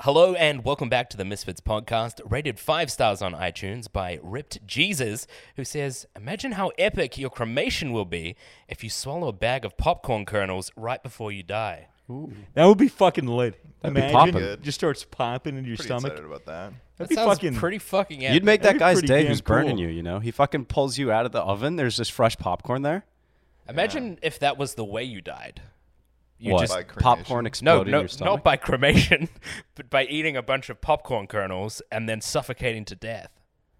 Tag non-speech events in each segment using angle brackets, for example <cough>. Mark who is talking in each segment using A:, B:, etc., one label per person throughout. A: Hello and welcome back to the Misfits podcast, rated five stars on iTunes by Ripped Jesus, who says, Imagine how epic your cremation will be if you swallow a bag of popcorn kernels right before you die.
B: That would be fucking lit.
C: That'd be
B: Imagine
C: poppin'.
B: it just starts popping into your
D: Pretty
B: stomach.
D: excited about that.
A: That
B: That'd be
A: sounds
B: fucking
A: pretty fucking epic.
C: You'd make
B: That'd
C: that
B: be
C: guy's
B: pretty
C: day
B: damn
C: who's burning
B: cool.
C: you, you know? He fucking pulls you out of the oven. There's just fresh popcorn there.
A: Imagine if that was the way you died. You
C: what?
A: just
D: By cremation?
C: popcorn
A: no,
C: exploding in
A: no,
C: your stomach.
A: not by cremation, <laughs> but by eating a bunch of popcorn kernels and then suffocating to death.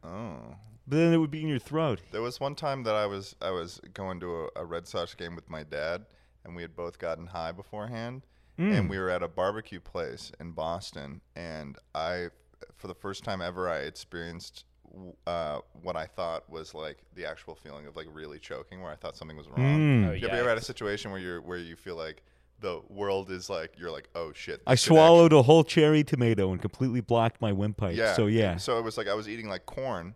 D: Oh.
B: But then it would be in your throat.
D: There was one time that I was I was going to a, a Red Sox game with my dad, and we had both gotten high beforehand,
B: Mm.
D: and we were at a barbecue place in Boston, and I, for the first time ever, I experienced w- uh, what I thought was like the actual feeling of like really choking, where I thought something was wrong.
B: Mm. Hmm.
A: Oh,
D: You ever- you ever
A: yikes.
D: had a situation where you're where you feel like the world is like you're like oh shit.
B: I
D: this could
B: swallowed a whole cherry tomato and completely blocked my windpipe.
D: Yeah.
B: So yeah,
D: So it was like I was eating like corn,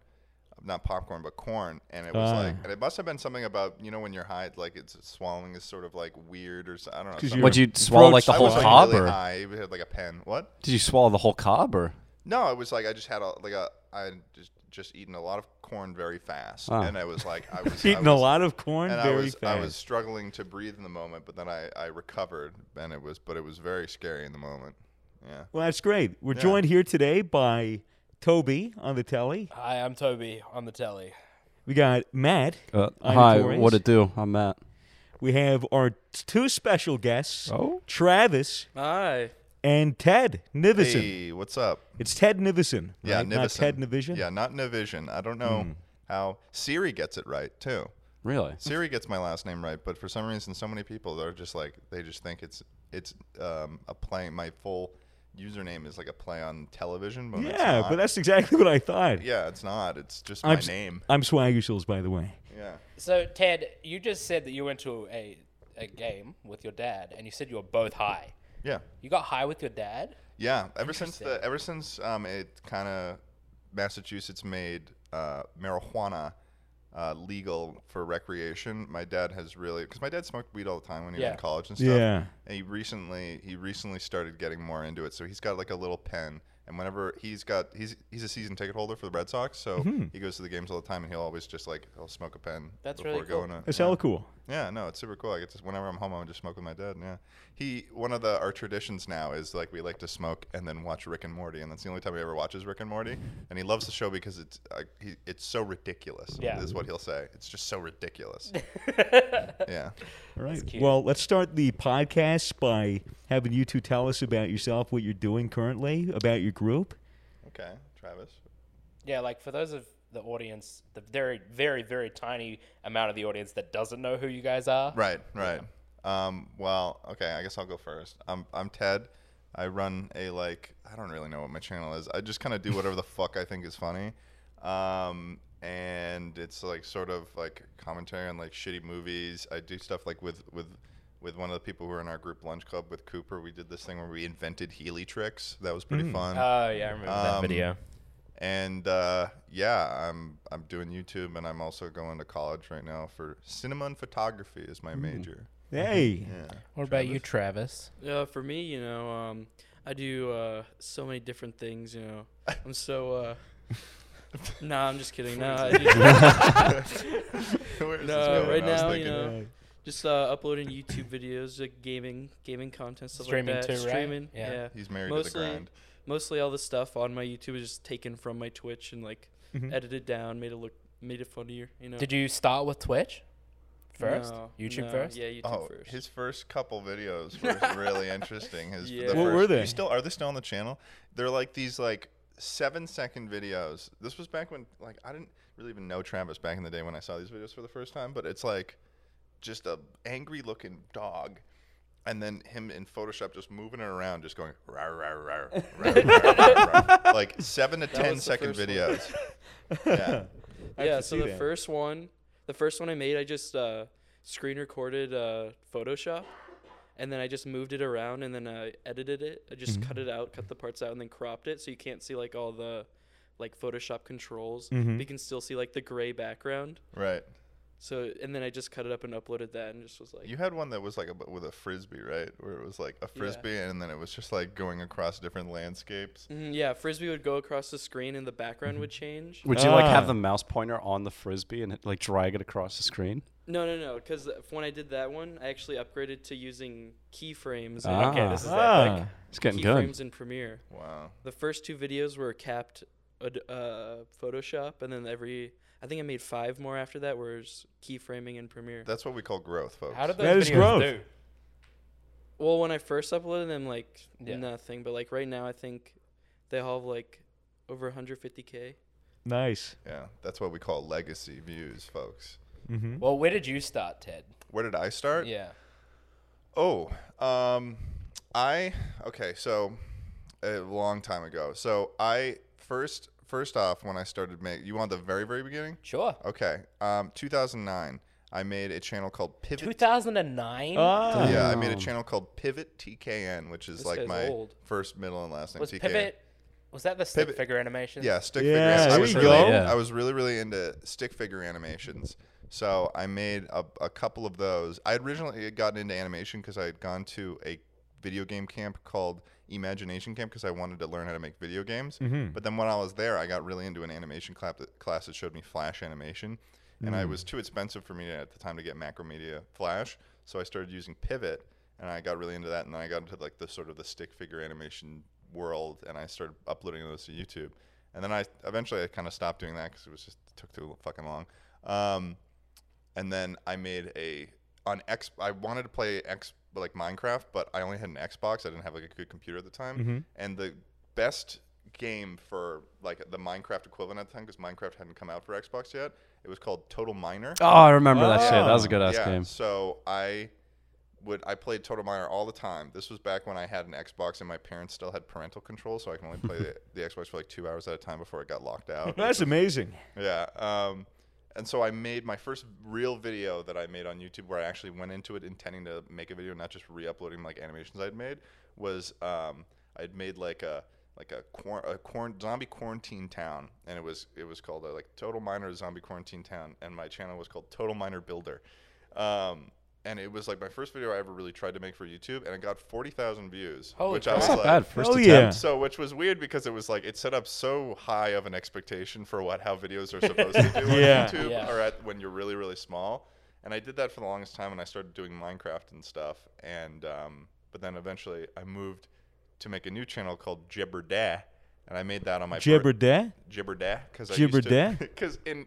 D: not popcorn, but corn, and it was
B: Ah.
D: like, and it must have been something about you know when you're high, like it's swallowing is sort of like weird or so, I don't know.
B: 'Cause
D: something.
B: you're-
C: Would you swallow
B: throat-
C: like the
D: I
C: whole
D: was, like,
C: cob
D: really
C: or
D: high. I even had like a pen. What?
C: did you swallow the whole cob or
D: No, it was like I just had a like a I had just just eaten a lot of corn very fast,
C: Ah.
D: and I was like I
B: <laughs>
D: was
B: eating
D: I
B: a
D: was-
B: lot of corn
D: and
B: very
D: I was
B: fast.
D: I was struggling to breathe in the moment, but then I I recovered, and it was but it was very scary in the moment. Yeah.
B: well, that's great. We're joined here today by Toby on the telly.
A: Hi, I'm Toby on the telly.
B: We got Matt.
C: uh,
B: on
C: hi,
B: Torres.
C: what it do? I'm Matt.
B: We have our two special guests,
C: Oh.
B: Travis
A: Hi.
B: and Ted Nivison.
D: Hey, what's up?
B: It's Ted Nivison.
D: Yeah,
B: right?
D: Nivision.
B: not Ted Hmm. Nivision.
D: Yeah, not Nivision. I don't know how Siri gets it right too.
C: Really?
D: Siri gets my last name right, but for some reason, so many people are just like they just think it's it's um, a play. My full username is like a play on television. But it's
B: Yeah,
D: not.
B: but that's exactly what I thought.
D: yeah, it's not. It's just
B: I'm
D: my
B: s-
D: name.
B: I'm Swagger Souls, by the way.
D: Yeah.
A: So Ted, you just said that you went to a a game with your dad, and you said you were both high.
D: Yeah.
A: You got high with your dad.
D: Yeah, ever since the
A: Interesting.
D: ever since um, it kind of Massachusetts made uh, marijuana uh, legal for recreation, my dad has really because my dad smoked weed all the time when he was
A: Yeah.
D: in college and stuff.
B: Yeah.
D: and he recently he recently started getting more into it. So he's got like a little pen, and whenever he's got he's he's a season ticket holder for the Red Sox, so he goes to the games all the time, and he'll always just like he'll smoke a pen
A: That's
D: before
A: really cool.
D: going. To,
B: That's
D: yeah.
B: hella cool.
D: Yeah, no, it's super cool. I get to, whenever I'm home, I would just smoke with my dad. Yeah, he one of the our traditions now is like we like to smoke and then watch Rick and Morty, and that's the only time he ever watches Rick and Morty. And he loves the show because it's uh, he, it's so ridiculous.
A: Yeah.
D: is what he'll say. It's just so ridiculous. yeah,
B: All right.
A: cute.
B: Well, let's start the podcast by having you two tell us about yourself, what you're doing currently, about your group.
D: okay, Travis.
A: Yeah, like for those of the audience, the very, very, very tiny amount of the audience that doesn't know who you guys are.
D: Right, right. Um, well, okay, I guess I'll go first. I'm I'm Ted. I run a like I don't really know what my channel is. I just kind of do whatever the fuck I think is funny. Um, and it's like sort of like commentary on like shitty movies. I do stuff like with with with one of the people who are in our group lunch club with Cooper. We did this thing where we invented Healy tricks. That was pretty fun
A: Oh yeah, I remember that
D: Um,
A: video.
D: and uh, yeah, I'm I'm doing YouTube, and I'm also going to college right now for cinema and photography is my major.
B: Hey.
A: What about you, Travis?
E: Uh, for me, you know, um, I do uh, so many different things. You
D: <laughs>
E: know, I'm so. Uh, nah, I'm just kidding.
D: <laughs>
E: Nah, I do-
D: Where is this
E: No,
D: going?
E: right
D: I was
E: now, you
D: thinking-
E: know, just uh, uploading YouTube videos, like gaming, gaming content, stuff
A: Streaming
E: like
A: too,
E: that.
A: right?
E: Streaming,
A: Yeah.
E: yeah.
D: he's married to the
E: Mostly-
D: grind.
E: Mostly all the stuff on my YouTube is just taken from my Twitch and like
D: Mm-hmm.
E: edited down, made it look, made it funnier. You know.
A: Did you start with Twitch first?
E: No,
A: YouTube
E: no,
A: first?
E: Yeah, YouTube
D: Oh,
E: first.
D: his first couple
E: <laughs>
D: videos were really interesting. His
E: Yeah.
D: the
B: What
D: first-
B: were they?
D: You still are they still on the channel? They're like these like seven second videos. This was back when like I didn't really even know Travis back in the day when I saw these videos for the first time. But it's like just a angry looking dog. And then him in Photoshop just moving it around, just going rah, rah, rah, rah,
E: <laughs>
D: rah, rah, rah." like seven to ten
E: was the
D: second
E: first one.
D: videos.
E: <laughs>
D: yeah,
E: yeah
B: can
E: so
B: see
E: the
B: that.
E: first one the first one i made i just uh, screen recorded uh, photoshop and then i just moved it around and then i edited it i just cut it out cut the parts out and then cropped it so you can't see like all the like photoshop controls but you can still see like the gray background
D: right.
E: So and then I just cut it up and uploaded that and just was like,
D: You had one that was like a, bu- with a frisbee, right? Where it was like a frisbee, and then it was just like going across different landscapes.
E: Mhm, yeah, frisbee would go across the screen and the background would change.
C: Would you like
B: Ah.
C: have the mouse pointer on the frisbee and like drag it across the screen?
E: No, no, no, because when I did that one, I actually upgraded to using keyframes. and-
C: Ah.
E: Okay, this is that. Like,
B: Ah.
C: It's getting good.
E: keyframes in Premiere.
D: Wow.
E: The first two videos were capped ad- uh, Photoshop, and then every I think I made five more after that was keyframing in Premiere.
D: That's what we call growth, folks.
A: How did those
B: That is
A: videos
B: growth.
A: do?
E: well, when I first uploaded them, like
A: Yeah.
E: nothing, but like right now, I think they all have like over 150k.
B: Nice.
D: yeah, that's what we call legacy views, folks.
B: hmm
A: Well, where did you start, Ted?
D: Where did I start?
A: Yeah.
D: Oh, um, I okay. So a long time ago. So I first first off when I started making. You want the very very beginning?
A: Sure.
D: Okay. Um, 2009. I made a channel called Pivot
A: 2009?
B: Ah.
D: Yeah, I made a
C: Oh.
D: channel called Pivot TKN, which is
E: This
D: like
E: guy's
D: my
E: old.
D: first, middle, and last name.
A: was
D: TKN.
A: Pivot. Was that the stick
D: Pivot-
A: figure animation?
D: Yeah, stick
B: Yeah,
D: figure.
B: there
D: I was
B: you
D: really,
B: go.
C: Yeah.
D: I was really, really into stick figure animations. So I made a, a couple of those. I had originally had gotten into animation because I had gone to a video game camp called Imagination Camp because I wanted to learn how to make video games.
B: Mm-hmm.
D: But then when I was there, I got really into an animation clap that, class that showed me Flash animation, and
B: Mm.
D: I was too expensive for me at the time to get Macromedia Flash, so I started using Pivot, and I got really into that, and then I got into like the sort of the stick figure animation world, and I started uploading those to YouTube, and then I eventually I kind of stopped doing that because it was just it took too fucking long. Um, and then I made a on X. I wanted to play X like Minecraft, but I only had an Xbox. I didn't have like a good computer at the time. And the best game for like the Minecraft equivalent at the time, because Minecraft hadn't come out for Xbox yet, it was called Total Miner.
C: Oh, I remember that shit. That was a
B: Ah.
C: good ass
D: yeah.
C: game.
D: So I would I played Total Miner all the time. This was back when I had an Xbox and my parents still had parental control, so I can only
C: <laughs>
D: play the, the Xbox for like two hours at a time before it got locked out.
B: That's amazing.
D: Yeah. Um, and so I made my first real video that I made on YouTube where I actually went into it intending to make a video, not just re-uploading like animations I'd made. Was um, I'd made like a like a, quar- a quaran- zombie quarantine town, and it was it was called uh like Total Miner Zombie Quarantine Town, and my channel was called Total Miner Builder. Um, and it was like my first video I ever really tried to make for YouTube, and it got forty thousand views,
A: Holy
D: which
A: crap.
D: I was
C: That's not
D: like,
C: bad. First
B: Oh,
C: attempt.
B: yeah.
D: so, which was weird because it was like it set up so high of an expectation for what how videos are supposed to do
B: <laughs> Yeah.
D: on YouTube
A: Yeah.
D: or at when you're really really small. And I did that for the longest time, and I started doing Minecraft and stuff. And um, but then eventually I moved to make a new channel called Jibberdah, and I made that on my per-
B: Jibberdah?
D: Jibberdah because
B: Jibberdah?
D: <laughs> because in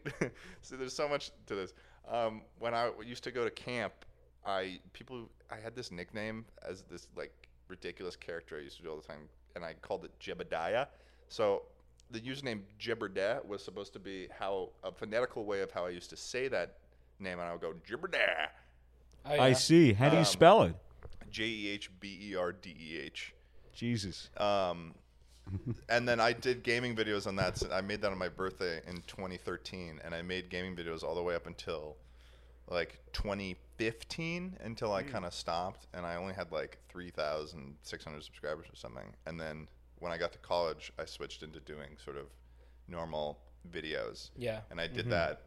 D: so there's so much to this. Um, when I w- used to go to camp, I people I had this nickname as this like ridiculous character I used to do all the time, and I called it Jebediah. So the username Jibberdah was supposed to be how a phonetical way of how I used to say that name, and I would go Jibberdah,
A: Oh, yeah.
B: I see. How do
D: Um,
B: you spell it?
D: J E H B E R D E H.
B: Jesus.
D: Um, and then I did gaming videos on that. So I made that on my birthday in 2013, and I made gaming videos all the way up until like 2015 until I kind of stopped, and I only had like 3,600 subscribers or something. And then when I got to college, I switched into doing sort of normal videos.
A: Yeah.
D: And I did that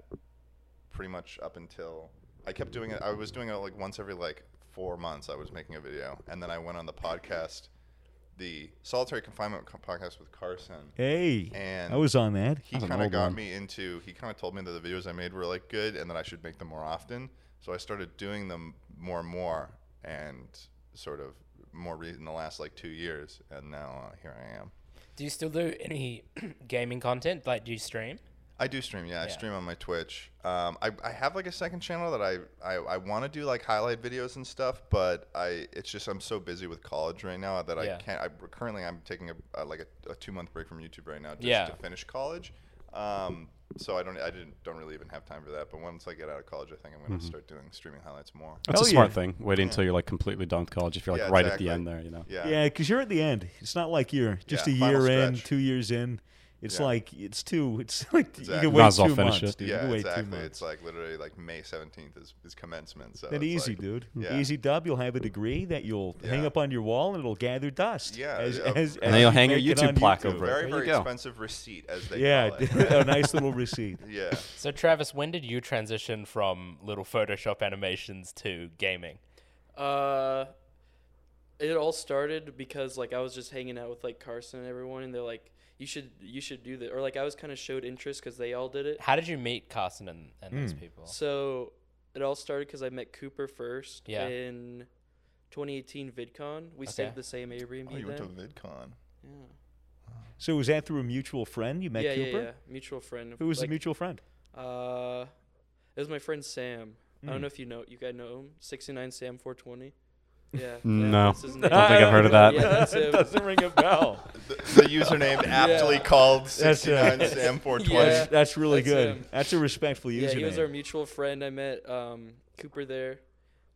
D: pretty much up until I kept doing it. I was doing it like once every like four months. I was making a video, and then I went on the podcast, the solitary confinement co- podcast with Carson.
B: Hey.
D: And
B: I was on that.
D: He
C: an
D: kind of
C: old
D: got
C: one.
D: me into. He kind of told me that the videos I made were like good, and that I should make them more often. So I started doing them more and more, and sort of more re- in the last like two years, and now uh, here I am.
A: Do you still do any <clears throat> gaming content? Like, do you stream?
D: I do stream, yeah. I
A: Yeah.
D: stream on my Twitch. Um, I, I have like a second channel that I, I, I want to do like highlight videos and stuff, but I it's just I'm so busy with college right now that
A: Yeah.
D: I can't. I currently I'm taking a, uh like a, a two month break from YouTube right now just
A: Yeah.
D: to finish college. Um, so I don't I didn't don't really even have time for that. But once I get out of college, I think I'm
B: Mm-hmm.
D: going to start doing streaming highlights more.
C: That's a
B: Hell
C: smart
B: yeah.
C: thing. Waiting until you're like completely done with college. If you're like
D: Yeah,
C: right at
D: exactly.
C: the end there, you know.
D: Yeah.
B: Yeah, because you're at the end. It's not like you're just
D: uh, Yeah,
B: a
D: final
B: year in,
D: stretch.
B: two years in. It's
D: Yeah.
B: like it's too. It's <laughs> like you
D: Exactly.
B: can
D: Might
B: wait
C: as well
B: two
C: finish
B: months,
C: it.
B: dude. You
D: yeah,
B: can wait two
D: exactly.
B: months.
D: It's like literally like May 17th is, is commencement. So
B: That
D: it's
B: easy,
D: like-
B: dude.
D: yeah.
B: Easy dub. You'll have a degree that you'll hang
D: Yeah.
B: up on your wall, and it'll gather dust.
D: Yeah,
B: as,
D: yeah.
B: as,
D: And
B: as
D: then
B: you
D: you'll
C: hang your
B: make it
C: YouTube
B: on
C: plaque
B: YouTube.
C: over it.
D: Very,
C: There
D: very
C: you go.
D: expensive receipt, as they
B: Yeah,
D: call it.
B: <laughs> a nice little receipt. <laughs>
D: yeah.
A: So, Travis, when did you transition from little Photoshop animations to gaming?
E: Uh, it all started because like I was just hanging out with like Carson and everyone, and they're like, "You should, you should do that," or like I was kind of showed interest because they all did it.
A: How did you meet Carson and, and those
D: Hmm.
A: people?
E: So it all started because I met Cooper first
A: Yeah.
E: in 2018 VidCon. We stayed
A: Okay.
E: at the same Airbnb
D: Oh, you
E: then.
D: went to VidCon.
E: yeah.
B: So was that through a mutual friend you met
E: yeah, yeah,
B: Cooper?
E: yeah. Mutual friend. of-
B: Who was
E: like,
B: the mutual friend?
E: Uh, it was my friend Sam. I
B: Mm.
E: don't know if you know you guys know him. 69 Sam 420. Yeah.
D: Hmm.
E: yeah,
C: No.
E: that's his
C: I
B: <laughs>
E: name.
C: don't think I've heard of that.
E: Yeah, that's him.
B: doesn't ring a bell.
D: The, the <laughs> username aptly called
B: right.
D: 69
B: <laughs>
D: Sam 420.
E: Yeah.
B: That's, that's really
E: That's
B: good.
E: him.
B: That's a respectful username.
E: Yeah, he was our mutual friend. I met um, Cooper there,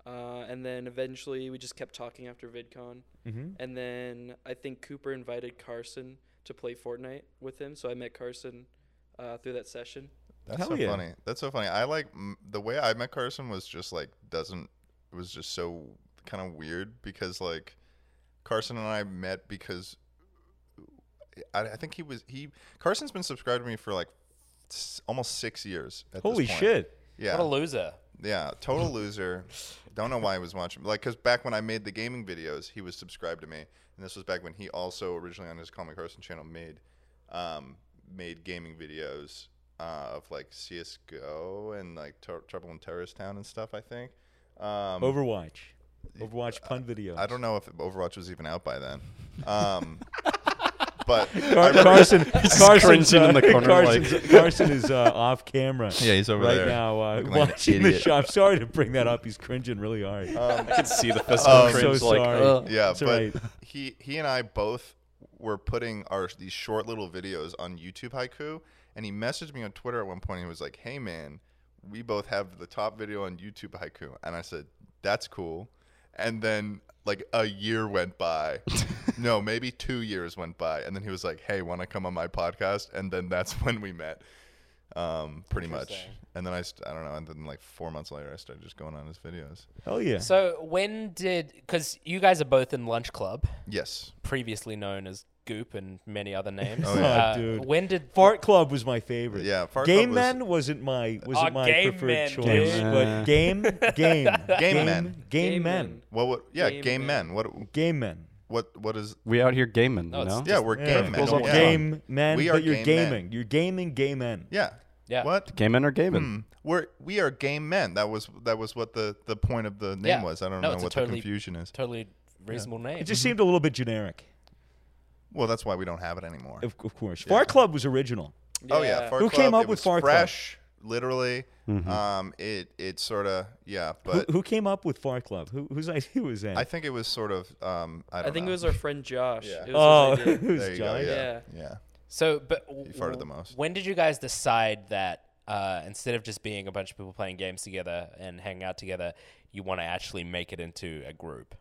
E: uh, and then eventually we just kept talking after VidCon.
D: Mm-hmm.
B: Mhm.
E: And then I think Cooper invited Carson to play Fortnite with him, so I met Carson uh, through that session.
D: That's
B: Hell
D: so
B: yeah.
D: funny. That's so funny. I like m- the way I met Carson was just like doesn't it was just so kind of weird because like Carson and I met because I, I think he was he Carson's been subscribed to me for like s- almost six years. At this
B: Holy
D: point.
B: shit.
D: Yeah,
A: What a loser.
D: yeah, total loser. Don't know why he was watching. Like, because back when I made the gaming videos, he was subscribed to me, and this was back when he also originally on his Call Me Carson channel made, um, made gaming videos uh, of like CS:GO and like Tor- Trouble in Terrorist Town and stuff. I think. Um,
B: Overwatch. Overwatch pun video.
D: I don't know if Overwatch was even out by then. Um, <laughs> but I
B: Car-
D: remember- <laughs>
B: Carson, Carson's,
C: cringing in
B: uh,
C: the corner,
B: Carson's-
C: like-
B: Carson is uh, off camera.
D: <laughs> Yeah, he's over
B: right
D: there,
B: now uh,
D: looking like an
B: watching the
D: idiot.
B: show. I'm sorry to bring that up. He's cringing really hard.
C: I can see the physical
B: Oh,
D: Oh,
B: I'm so
C: cringe. like,
B: sorry.
C: "Ugh."
D: yeah,
B: That's
D: but
B: right. <laughs>
D: he he and I both were putting our these short little videos on YouTube Haiku, and he messaged me on Twitter at one point. And he was like, "Hey man, we both have the top video on YouTube Haiku," and I said, "That's cool." And then like a year
B: <laughs>
D: went by. no, maybe two years went by, and then he was like, "Hey, want to come on my podcast?" And then that's <laughs> when we met. Um, pretty much,
A: Interesting.
D: and then I, st- I don't know, and then like four months later, I started just going on his videos.
B: Hell yeah.
A: So, when did. Because you guys are both in Lunch Club,
D: Yes,
A: previously known as Goop and many other names.
D: <laughs> Oh, yeah.
A: Uh,
B: dude.
A: When did.
B: Fart Club was my favorite.
D: Yeah, Fart
B: Game
D: Club was-
B: Men wasn't my wasn't
A: Oh,
B: my
A: Game
B: preferred
A: Men,
B: choice,
A: dude.
B: but Game Game
D: Game Men.
B: Game, Men
E: Game Men.
D: what? would yeah, game,
E: Game
D: men.
E: Man.
D: What?
B: Game Men.
D: What? What is?
C: We out here gaming,
A: No,
C: you
A: it's
C: know?
A: just-
D: Yeah, we're
B: Yeah.
D: game men.
C: Goes off
D: yeah.
B: Game Men,
D: We are
B: but you're
D: game men.
B: gaming. You're gaming Game Men.
D: Yeah.
A: Yeah.
D: What?
C: Gaming or gaming?
D: Hmm. We're we are game men. That was that was what the the point of the name
A: Yeah.
D: was. I don't
A: No,
D: know
A: it's a
D: what
A: totally-
D: the confusion is.
A: Totally reasonable name.
B: It just seemed a little bit generic.
D: Well, that's why we don't have it anymore.
B: Of, of course, Fart Club was original.
D: oh yeah, Far
B: Who
D: Club,
B: came up
D: it
B: with
D: was
B: Far Club? Mm-hmm.
D: fresh, literally. Um, it it sort of yeah,
B: Who,
D: but
B: who came up with Fart Club? Who, whose idea <laughs> was that?
D: I think it was sort of um. I,
E: I
D: don't
E: think
D: know.
E: it was our friend Josh.
D: Yeah.
E: It
B: oh,
E: was
B: <laughs>
D: <laughs>
E: his idea.
B: it was
D: There you go,
B: Josh.
D: Yeah.
E: Yeah.
D: Yeah.
A: So, but w-
D: farted the most.
A: When did you guys decide that uh, instead of just being a bunch of people playing games together and hanging out together, you want to actually make it into a group?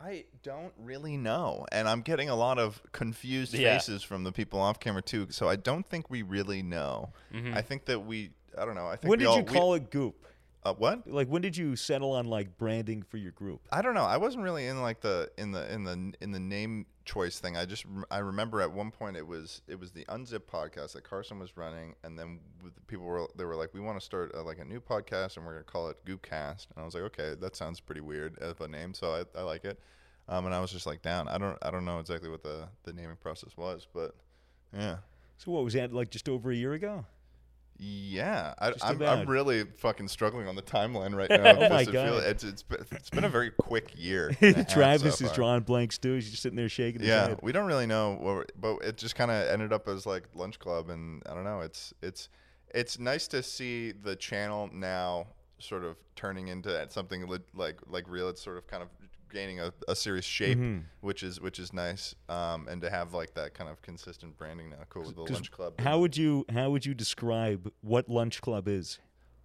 D: I don't really know, and I'm getting a lot of confused
A: Yeah.
D: faces from the people off camera too. So I don't think we really know. I think that we. I don't know. I think
B: When
D: we
B: Mm-hmm. did
D: all,
B: you call it Goop?
D: Uh, what?
B: Like, when did you settle on like branding for your group?
D: I don't know. I wasn't really in like the in the in the in the name choice thing. I just rem- I remember at one point it was it was the Unzip podcast that Carson was running, and then with the people were they were like, we want to start uh like a new podcast, and we're gonna call it Goopcast. And I was like, okay, that sounds pretty weird as a name, so I, I like it. Um, and I was just like down. I don't I don't know exactly what the the naming process was, but yeah.
B: So what was that like just over a year ago?
D: Yeah, I,
B: Just
D: I'm,
B: about.
D: I'm really fucking struggling on the timeline
B: <laughs>
D: right now.
B: Oh my
D: Just to feel
B: God.
D: it. It's, it's, been, it's been a very quick
B: <laughs>
D: year. and a half so
B: Travis is
D: far.
B: drawing blanks too. He's just sitting there shaking his
D: uh, Yeah,
B: head.
D: we don't really know what, we're, but it just kind of ended up as like lunch club, and I don't know. It's it's it's nice to see the channel now sort of turning into something li- like like real. It's sort of kind of gaining a, a serious shape,
B: Mm-hmm.
D: which is which is nice, um, and to have like that kind of consistent branding now. Cool with the
B: 'Cause
D: lunch club.
B: How would you how would you describe what Lunch Club is?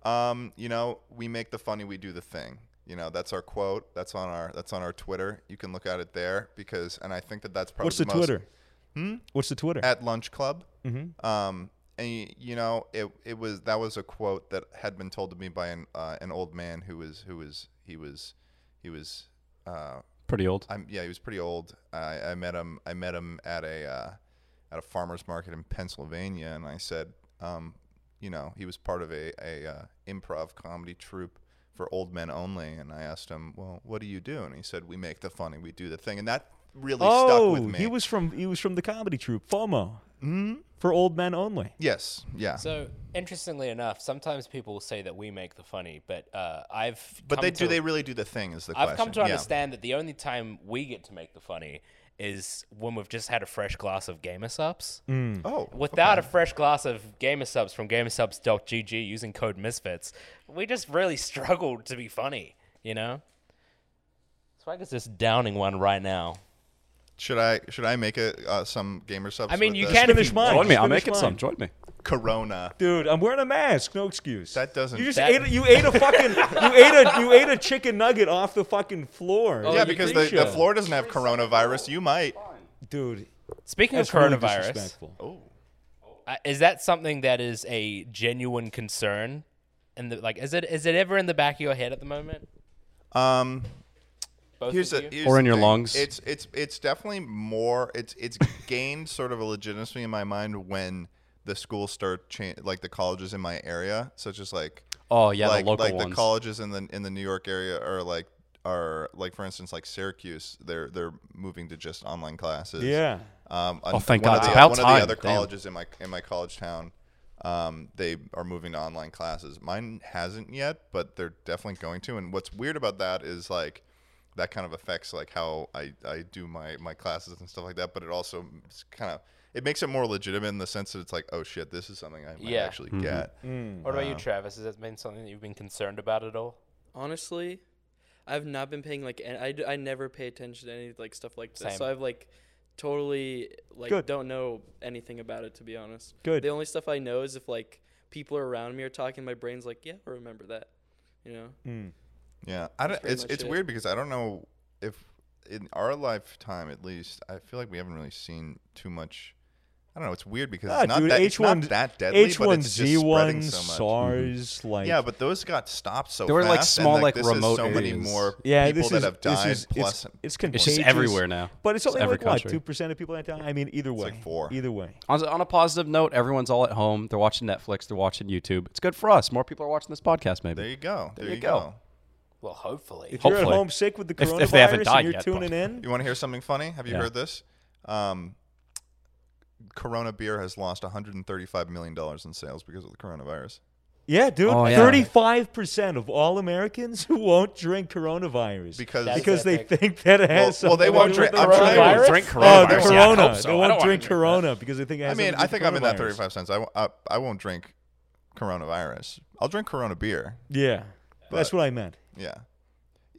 D: Um, you know, we make the funny, we do the thing. You know, that's our quote. That's on our that's on our Twitter. You can look at it there because, and I think that that's probably
B: What's the
D: most-
B: Twitter? Hmm? What's the Twitter?
D: at Lunch Club. Um, and y- you know, it it was that was a quote that had been told to me by an uh, an old man who was who was he was he was uh,
C: Pretty old.
D: I'm yeah he was pretty old. I, I met him I met him at a uh, at a farmers market in Pennsylvania, and I said, um, you know, he was part of a a uh, improv comedy troupe for old men only, and I asked him, well, what do you do? And he said, we make the funny, we do the thing, and that really
B: oh,
D: stuck with me. Hmm?
B: he was from he was from the comedy troupe FOMO for old men only.
D: yes, yeah.
A: So interestingly enough, sometimes people will say that we make the funny, but uh, I've
D: but
A: come
D: they
A: to-
D: do they really do the thing is the
A: I've
D: question.
A: come to
D: Yeah.
A: understand that the only time we get to make the funny is when we've just had a fresh glass of Gamer Subs.
D: Oh,
A: Without a fresh glass of Gamer Subs from GamerSubs.gg using code Misfits, we just really <laughs> struggled to be funny, you know? Swagger's just downing one right now.
D: should I should I make a uh, some gamer subs?
A: I mean,
D: with
A: you
D: the
A: can if
B: Finish
A: you
B: mine.
A: want.
C: Join me.
B: just
C: I'll
B: finish
C: make it some.
B: mine.
C: Join me.
D: <laughs> Corona.
B: Dude, I'm wearing a mask. No excuse.
D: That doesn't-
B: You just
A: That-
B: ate. A, you ate a fucking. you ate a. You ate a chicken nugget off the fucking floor.
E: Oh,
D: yeah,
E: you
D: because the,
E: think
D: the
E: so?
D: floor doesn't have coronavirus. You might.
B: dude.
A: Speaking
B: That's
A: of
B: really
A: coronavirus,
B: disrespectful.
D: Oh,
A: uh, is that something that is a genuine concern? And the, like, is it is it ever in the back of your head at the moment?
D: um,
A: Both
D: here's
A: of
D: the
A: you?
D: here's
C: Or in
D: the
C: your
D: thing.
C: lungs.
D: It's it's it's definitely more. It's it's gained sort of a legitimacy in my mind when the schools start cha- like the colleges in my area, such as like
C: Oh yeah,
D: like
C: the local
D: like
C: ones.
D: the colleges in the in the New York area are like are like for instance like Syracuse. They're they're moving to just online classes.
B: Yeah.
D: Um,
C: Oh, thank
D: one
C: God.
D: Of the,
C: It's about
D: one of
C: time.
D: the other
C: Damn.
D: colleges in my in my college town, um, they are moving to online classes. Mine hasn't yet, but they're definitely going to. And what's weird about that is like that kind of affects like how I, I do my, my classes and stuff like that. But it also kind of it makes it more legitimate in the sense that it's like, oh shit, this is something I might
A: Yeah.
D: actually
C: Mm-hmm.
D: get.
A: What about you, Travis? Has that been something that you've been concerned about at all?
E: Honestly, I've not been paying like an- I, d- I never pay attention to any like stuff like this.
A: Same.
E: So I've like totally like
B: Good.
E: don't know anything about it to be honest.
B: Good.
E: The only stuff I know is if like people around me are talking, my brain's like, yeah, I remember that. You know.
D: Yeah, I don't.
E: pretty
D: It's
E: much
D: it's
E: it.
D: weird because I don't know if in our lifetime at least I feel like we haven't really seen too much. I don't know. It's weird because
B: Ah,
D: it's not
B: dude,
D: that it's
B: H1,
D: not that deadly, but it's just spreading
B: H1Z1,
D: so much.
B: SARS,
C: Mm-hmm.
B: like
D: yeah, but those got stopped so
C: They were, like,
D: fast, and,
C: small, like,
D: this
C: remote
D: is so many
C: areas.
D: more
B: yeah,
D: people
B: this
D: that
B: is-
D: have
B: this
D: died.
B: is-
D: plus,
B: it's, it's contagious.
C: just everywhere now.
B: But it's
C: It's
B: only
C: every
B: like what
C: country.
B: two percent of people that die. I mean, either way,
D: like four.
B: Either way,
C: On, on a positive note, everyone's all at home. They're watching Netflix. They're watching YouTube. It's good for us. More people are watching this podcast, maybe.
D: there you go. There,
C: you
D: you
C: go.
D: go.
A: Well, hopefully.
B: if you're
C: Hopefully.
B: at home sick with the
C: If-
B: coronavirus
C: if they haven't died
B: and you're
C: yet,
B: tuning
C: but-
B: in,
D: You want to hear something funny? Have you
C: Yeah.
D: heard this? Um, Corona beer has lost 135 million dollars in sales because of the coronavirus.
B: yeah, dude,
C: Oh, yeah.
B: thirty-five percent of all Americans <laughs> who won't drink coronavirus
D: Because
A: That's
B: because they
A: epic.
B: think that it
D: Well-
B: has
D: well, they
B: something
D: won't
B: to do with
D: drink- I'm
B: the
D: sure they won't
B: coronavirus.
A: drink
B: Oh, the
A: coronavirus. Yeah, I
B: Corona.
A: hope so.
B: They
A: I don't
B: won't
A: wanna
B: drink
A: drink that.
B: Corona because they think it
D: I
B: has
D: mean,
B: something to
D: I
B: do with
D: think I'm in that
B: coronavirus.
D: 35 cents. I, w- I, I won't drink coronavirus. I'll drink Corona beer.
B: Yeah, that's what I meant.
D: Yeah.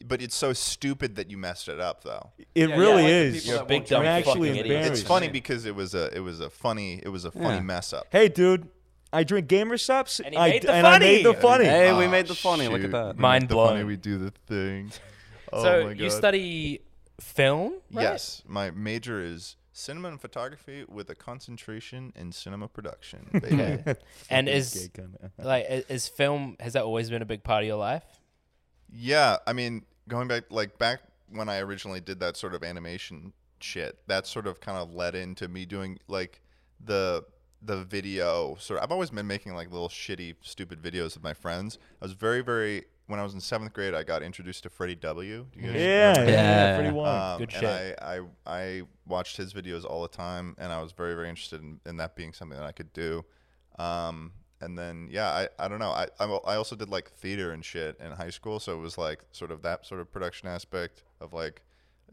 D: But it's so stupid that you messed it up, though.
B: It
E: Yeah,
B: really
E: yeah, I like the
B: is.
E: people You're a that
A: big won't dumb
B: I'm
A: drink.
B: actually
A: fucking idiot.
B: embarrassed.
D: It's funny because it was a it was a funny it was a funny
C: Yeah.
D: mess up.
B: Hey, dude, I drink gamer subs.
A: And he
B: I,
A: made
B: d-
A: the
B: and I made the
A: funny.
B: funny.
C: Hey, we
D: Ah,
C: made the funny. Look at that.
D: We
A: Mind
D: make the funny,
A: blown.
D: We do the
C: <laughs>
D: thing. Oh
A: so
D: my God.
A: you study film? right?
D: Yes, my major is cinema and photography with a concentration in
B: <laughs>
D: cinema production. baby.
A: <laughs> And is like i- is film has that always been a big part of your life?
D: Yeah, I mean, going back like back when I originally did that sort of animation shit, that sort of kind of led into me doing like the the video. So I've always been making like little shitty, stupid videos with my friends. I was very, very when I was in seventh grade, I got introduced to Freddie W. Do you guys
B: Yeah, yeah,
D: remember him?
B: yeah,
C: Yeah.
B: pretty wild.
D: Um,
A: Good
D: and
A: shit.
D: I, I I watched his videos all the time, and I was very very interested in, in that being something that I could do. Um, and then yeah, I, I don't know. I I'm, al- I also did like theater and shit in high school, so it was like sort of that sort of production aspect of like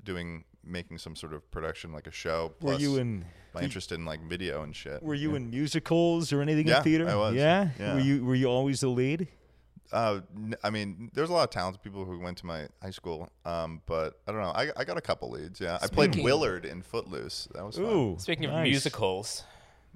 D: doing making some sort of production like a show.
B: were
D: plus
B: you in?
D: my interest in like video and shit?
B: Were you in musicals or anything
D: Yeah,
B: in theater?
D: I was.
B: Yeah?
D: Yeah.
B: Were you Were you always the lead?
D: Uh, n- I mean, there's a lot of talented people who went to my high school, um, but I don't know. I, I got a couple leads. Yeah, I played
A: Speaking-
D: Willard in Footloose. That was fun.
B: Ooh.
A: Speaking of
B: nice.
A: musicals,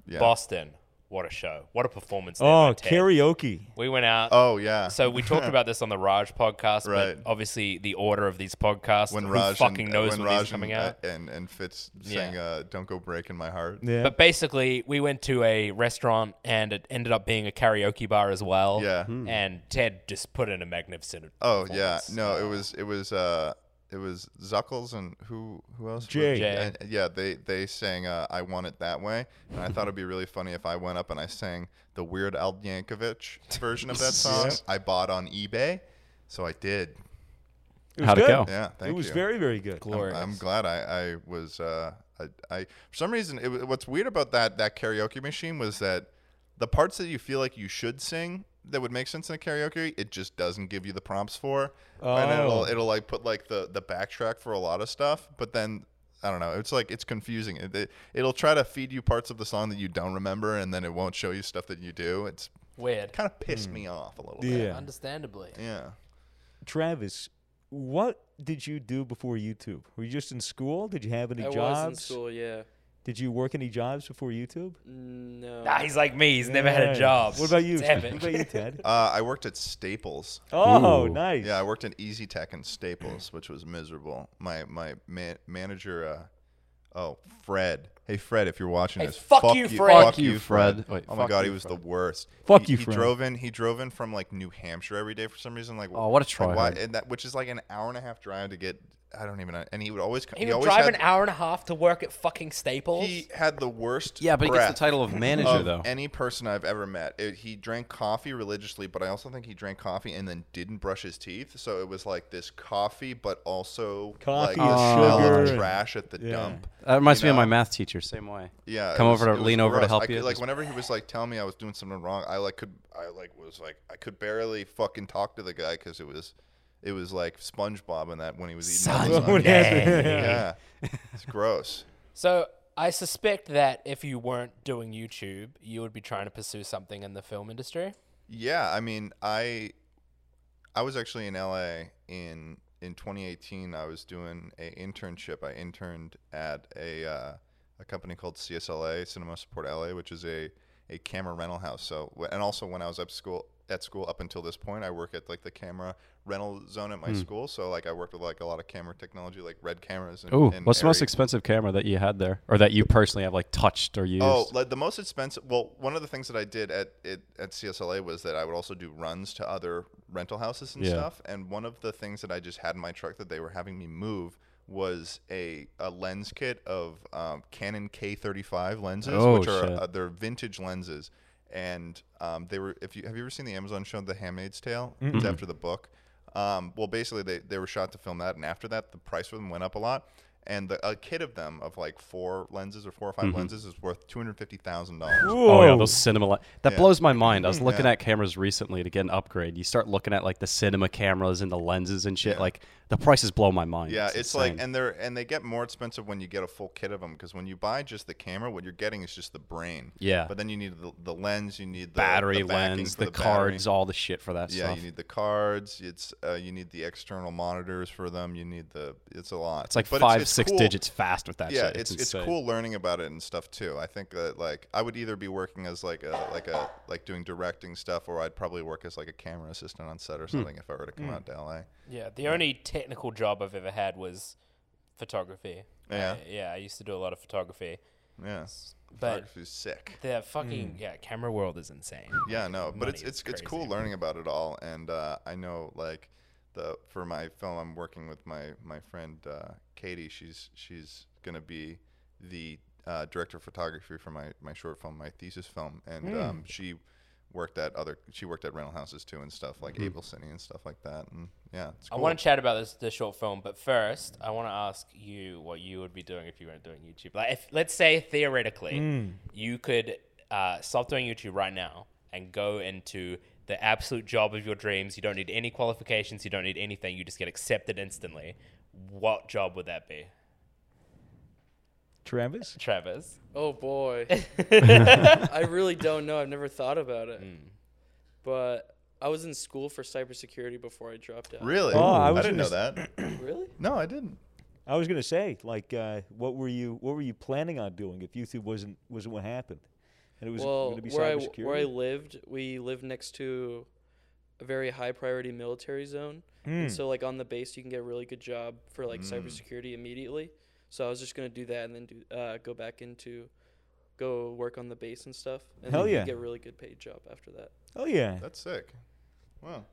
D: Yeah.
A: Boston. What a show! What a performance! there by
B: Oh,
A: Ted.
B: karaoke.
A: We went out.
D: Oh yeah.
A: So we talked about this on the Raj podcast,
D: Right.
A: but obviously the order of these podcasts.
D: when
A: who
D: Raj
A: fucking
D: and,
A: knows
D: when
A: when
D: Raj
A: these are coming
D: and, uh,
A: out?
D: and and Fitz
A: Yeah.
D: sang uh, "Don't Go Breaking My Heart."
B: Yeah.
A: But basically, we went to a restaurant and it ended up being a karaoke bar as well.
D: Yeah.
B: Hmm.
A: And Ted just put in a magnificent.
D: Oh yeah.
A: performance.
D: No, it was it was uh it was Zuckles and who who else? were-
B: Jay.
A: Jay.
D: and- yeah, they they sang uh, "I Want It That Way," and I thought it'd be really funny if I went up and I sang the Weird Al Yankovic version of
A: <laughs>
D: that song. I bought on eBay, so I did.
B: was
C: How'd it
B: good.
C: go?
D: Yeah, thank
B: it was
D: you.
B: very, very good.
A: glorious.
D: I'm glad I, I was uh, I, I for some reason it, wa- what's weird about that that karaoke machine was that the parts that you feel like you should sing that would make sense in a karaoke it just doesn't give you the prompts for and it'll
B: Oh.
D: it'll like put like the the backtrack for a lot of stuff but then I don't know it's like it's confusing it, it, it'll try to feed you parts of the song that you don't remember and then it won't show you stuff that you do it's
A: Weird.
D: kind of pissed me off a little bit
B: Hmm. Yeah.
A: Understandably.
D: yeah
B: Travis, what did you do before YouTube? Were you just in school? Did you have any
E: I
B: jobs?
E: was in school. Yeah.
B: Did you work any jobs before YouTube?
E: No.
A: Nah, he's like me. He's never had a
B: Yeah.
A: job.
B: What about you?
A: It's
B: What
A: epic.
B: about
A: <laughs>
B: you, Ted? <laughs>
D: uh, I worked at Staples
B: Oh,
C: Ooh.
B: nice.
D: Yeah, I worked in Easy Tech and Staples, which was miserable. My my ma- manager, uh, oh Fred. Hey Fred, if you're watching
A: Hey,
D: this,
A: fuck you, Fred.
D: fuck you, Fred.
C: Wait,
D: oh my
C: fuck
D: god,
C: you,
D: he was
C: Fred.
D: the worst.
B: Fuck
D: he,
B: you,
D: he
B: Fred.
D: drove in. He drove in from like New Hampshire every day for some reason. Like
C: Oh, what a
D: like, why-
C: tryhard.
D: and that which is like an hour and a half drive to get. I don't even. know. And he would always. co-
A: He
D: he
A: would
D: always
A: drive
D: had,
A: an hour and a half to work at fucking Staples.
D: He had the worst.
C: Yeah, but he
D: breath
C: gets the title of manager
D: of
C: though.
D: any person I've ever met. It, he drank coffee religiously, but I also think he drank coffee and then didn't brush his teeth. So it was like this coffee, but also
B: Coffee
D: like the
C: and
D: smell
B: sugar
D: of
B: and-
D: trash at the
B: yeah.
D: dump.
C: That reminds
D: you
C: me of my
D: know.
C: math teacher. Same way.
D: Yeah, it
C: Uh, Come
D: was-
C: over
D: it
C: to
D: was
C: lean over to
D: gross.
C: help
D: I could-
C: you.
D: Like
C: Just-
D: whenever he was like telling me I was doing something wrong, I like could I like was like I could barely fucking talk to the guy because it was it was like SpongeBob in that when he was eating.
B: <laughs> <laughs>
D: all the
B: What
D: onions.
B: happened?
D: <laughs> Yeah, it's gross.
A: So I suspect that if you weren't doing YouTube, you would be trying to pursue something in the film industry.
D: Yeah, I mean, I I was actually in LA in in 2018. I was doing a internship. I interned at a uh, a company called CSLA Cinema Support LA, which is a a camera rental house. So wh- and also when I was up school at school up until this point, I work at like the camera rental zone
C: Hmm.
D: at my school. So like I worked with like a lot of camera technology, like red cameras. And,
C: Ooh,
D: and
C: what's the most
D: Arri-
C: expensive camera that you had there, or that you personally have like touched or used?
D: Oh, like the most expensive. Well, one of the things that I did at it, at CSLA was that I would also do runs to other rental houses and
C: Yeah.
D: stuff. And one of the things that I just had in my truck that they were having me move was a, a lens kit of um, Canon K35 lenses,
C: Oh,
D: which are
C: shit.
D: uh, they're vintage lenses. And um, they were if you have you ever seen the Amazon show The Handmaid's Tale? It's after the book. Um, well, basically they, they were shot to film that, and after that the price for them went up a lot. And the, a kit of them of like four lenses or four or 5
C: Mm-hmm.
D: lenses is worth two hundred fifty thousand dollars.
C: Oh yeah,
B: Whoa.
C: those cinema li- that blows my mind. I was looking at cameras recently to get an upgrade. You start looking at like the cinema cameras and the lenses and shit. Like the prices blow my mind.
D: Yeah, it's, like
C: insane.
D: and they're and they get more expensive when you get a full kit of them because when you buy just the camera, what you're getting is just the brain.
C: Yeah.
D: But then you need the, the lens, you need the
C: battery
D: the backing
C: lens,
D: for
C: the,
D: battery.
C: cards, all the shit for that
D: Yeah,
C: stuff.
D: you need the cards. It's uh, you need the external monitors for them. You need the it's a lot.
C: it's like
D: But
C: five,
D: it's
C: six
D: cool.
C: digits fast with that
D: Yeah,
C: shit.
D: it's it's,
C: insane.
D: cool learning about it and stuff too. I think that like I would either be working as like a like a like doing directing stuff, or I'd probably work as like a camera assistant on set or
C: Hmm.
D: something if I were to come out to LA.
A: Yeah, the only technical job I've ever had was photography.
D: Yeah.
A: I- yeah, I used to do a lot of photography,
D: Yeah,
A: but Hmm.
D: photography's sick.
A: the fucking yeah camera world is insane.
D: Yeah, no, but it's
A: money
D: it's
A: is
D: it's cool
A: crazy.
D: learning about it all, and uh, I know like the for my film, I'm working with my my friend uh, Katie. She's she's gonna be the uh, director of photography for my my short film, my thesis film, and
B: Hmm.
D: um, she worked at other she worked at rental houses too and stuff
B: Mm-hmm.
D: like Abel City and stuff like that, and yeah, it's
A: I
D: cool.
A: want to chat about this the short film, but first I want to ask you what you would be doing if you weren't doing YouTube. Like, if let's say theoretically you could uh, stop doing YouTube right now and go into the absolute job of your dreams. You don't need any qualifications. You don't need anything. You just get accepted instantly. What job would that be,
B: Travis?
A: Travis?
E: Oh boy. I really don't know. I've never thought about it.
B: Hmm.
E: But I was in school for cybersecurity before I dropped out.
D: really?
B: Oh, I
D: I,
B: was
D: didn't know
B: gonna
D: that.
E: Really?
D: No, I didn't.
B: I was gonna say, like, uh, what were you what were you planning on doing if YouTube wasn't wasn't what happened? And it was
E: well,
B: going to be
E: where I
B: cybersecurity.
E: where I lived, we lived next to a very high priority military zone, and
B: Mm.
E: so like on the base, you can get a really good job for
B: Hmm.
E: like
D: Mm.
E: cybersecurity immediately. So I was just gonna do that and then do uh, go back into go work on the base and stuff. And
B: Hell
E: then
B: yeah.
E: Get a really good paid job after that.
B: oh yeah,
D: That's sick. Wow.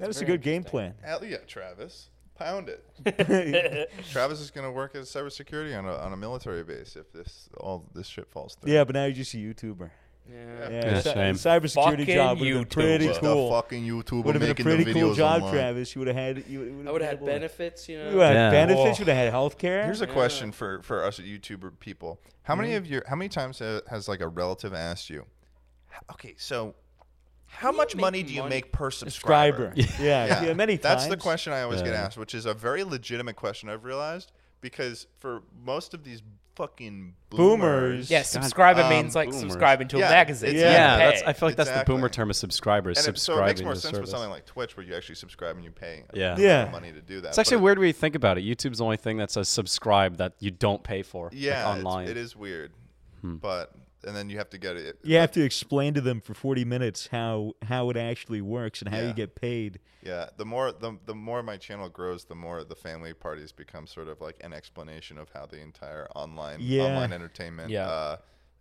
B: that was a
A: very
B: good game plan.
A: interesting.
D: Hell yeah, Travis. Pound it.
B: <laughs>
D: Travis is gonna work as cybersecurity on a on a military base if this all this shit falls through.
B: yeah, but now you're just a YouTuber.
E: Yeah.
B: Yeah,
C: Yeah,
B: cy-
C: same.
B: cybersecurity
A: Fucking
B: job would have been pretty
D: Just
A: YouTuber.
B: cool.
D: a fucking YouTuber
B: Would have been a
D: making
B: pretty
D: the videos
B: cool job,
D: online.
B: Travis. You would have had. You would,
E: I would have had
B: benefits.
E: benefits, you
B: You
E: know.
B: would have
C: Yeah.
B: had benefits.
D: Oh.
B: You would have had health care.
D: Here's a
E: Yeah. Mm-hmm.
D: question for for us YouTuber people. How many of your how many times ha- has like a relative asked you? "H- Okay, so how
E: do you
D: much
E: make
D: money do you
E: money?"
D: make per subscriber?
B: Subscriber. Yeah. <laughs> Yeah. many
D: That's
B: times.
D: the question I always get
C: Yeah.
D: asked, which is a very legitimate question I've realized because for most of these fucking boomers,
B: Boomers.
A: Yeah,
B: God,
A: subscriber
D: um,
A: means like
C: boomers.
A: subscribing to a
D: Yeah,
A: magazine.
D: it's-
A: You
C: Yeah,
A: pay.
C: that's. I feel like that's the
D: Exactly.
C: boomer term is subscribers
D: and it, so it
C: subscribing
D: makes more
C: to
D: sense
C: service.
D: with something like Twitch where you actually subscribe and you pay a
C: Yeah.
D: bunch of
B: Yeah.
D: money to do that.
C: It's
D: but
C: actually
D: it-
C: weird when you think about it. YouTube's the only thing that says subscribe that you don't pay for. like,
D: Yeah, it's-
C: online.
D: it is weird,
C: Hmm.
D: but and then you have to get it.
B: You have to explain to them for 40 minutes how how it actually works and how
D: Yeah.
B: you get paid.
D: Yeah, the more the, the more my channel grows, the more the family parties become sort of like an explanation of how the entire online
B: Yeah.
D: online entertainment
A: Yeah.
D: uh,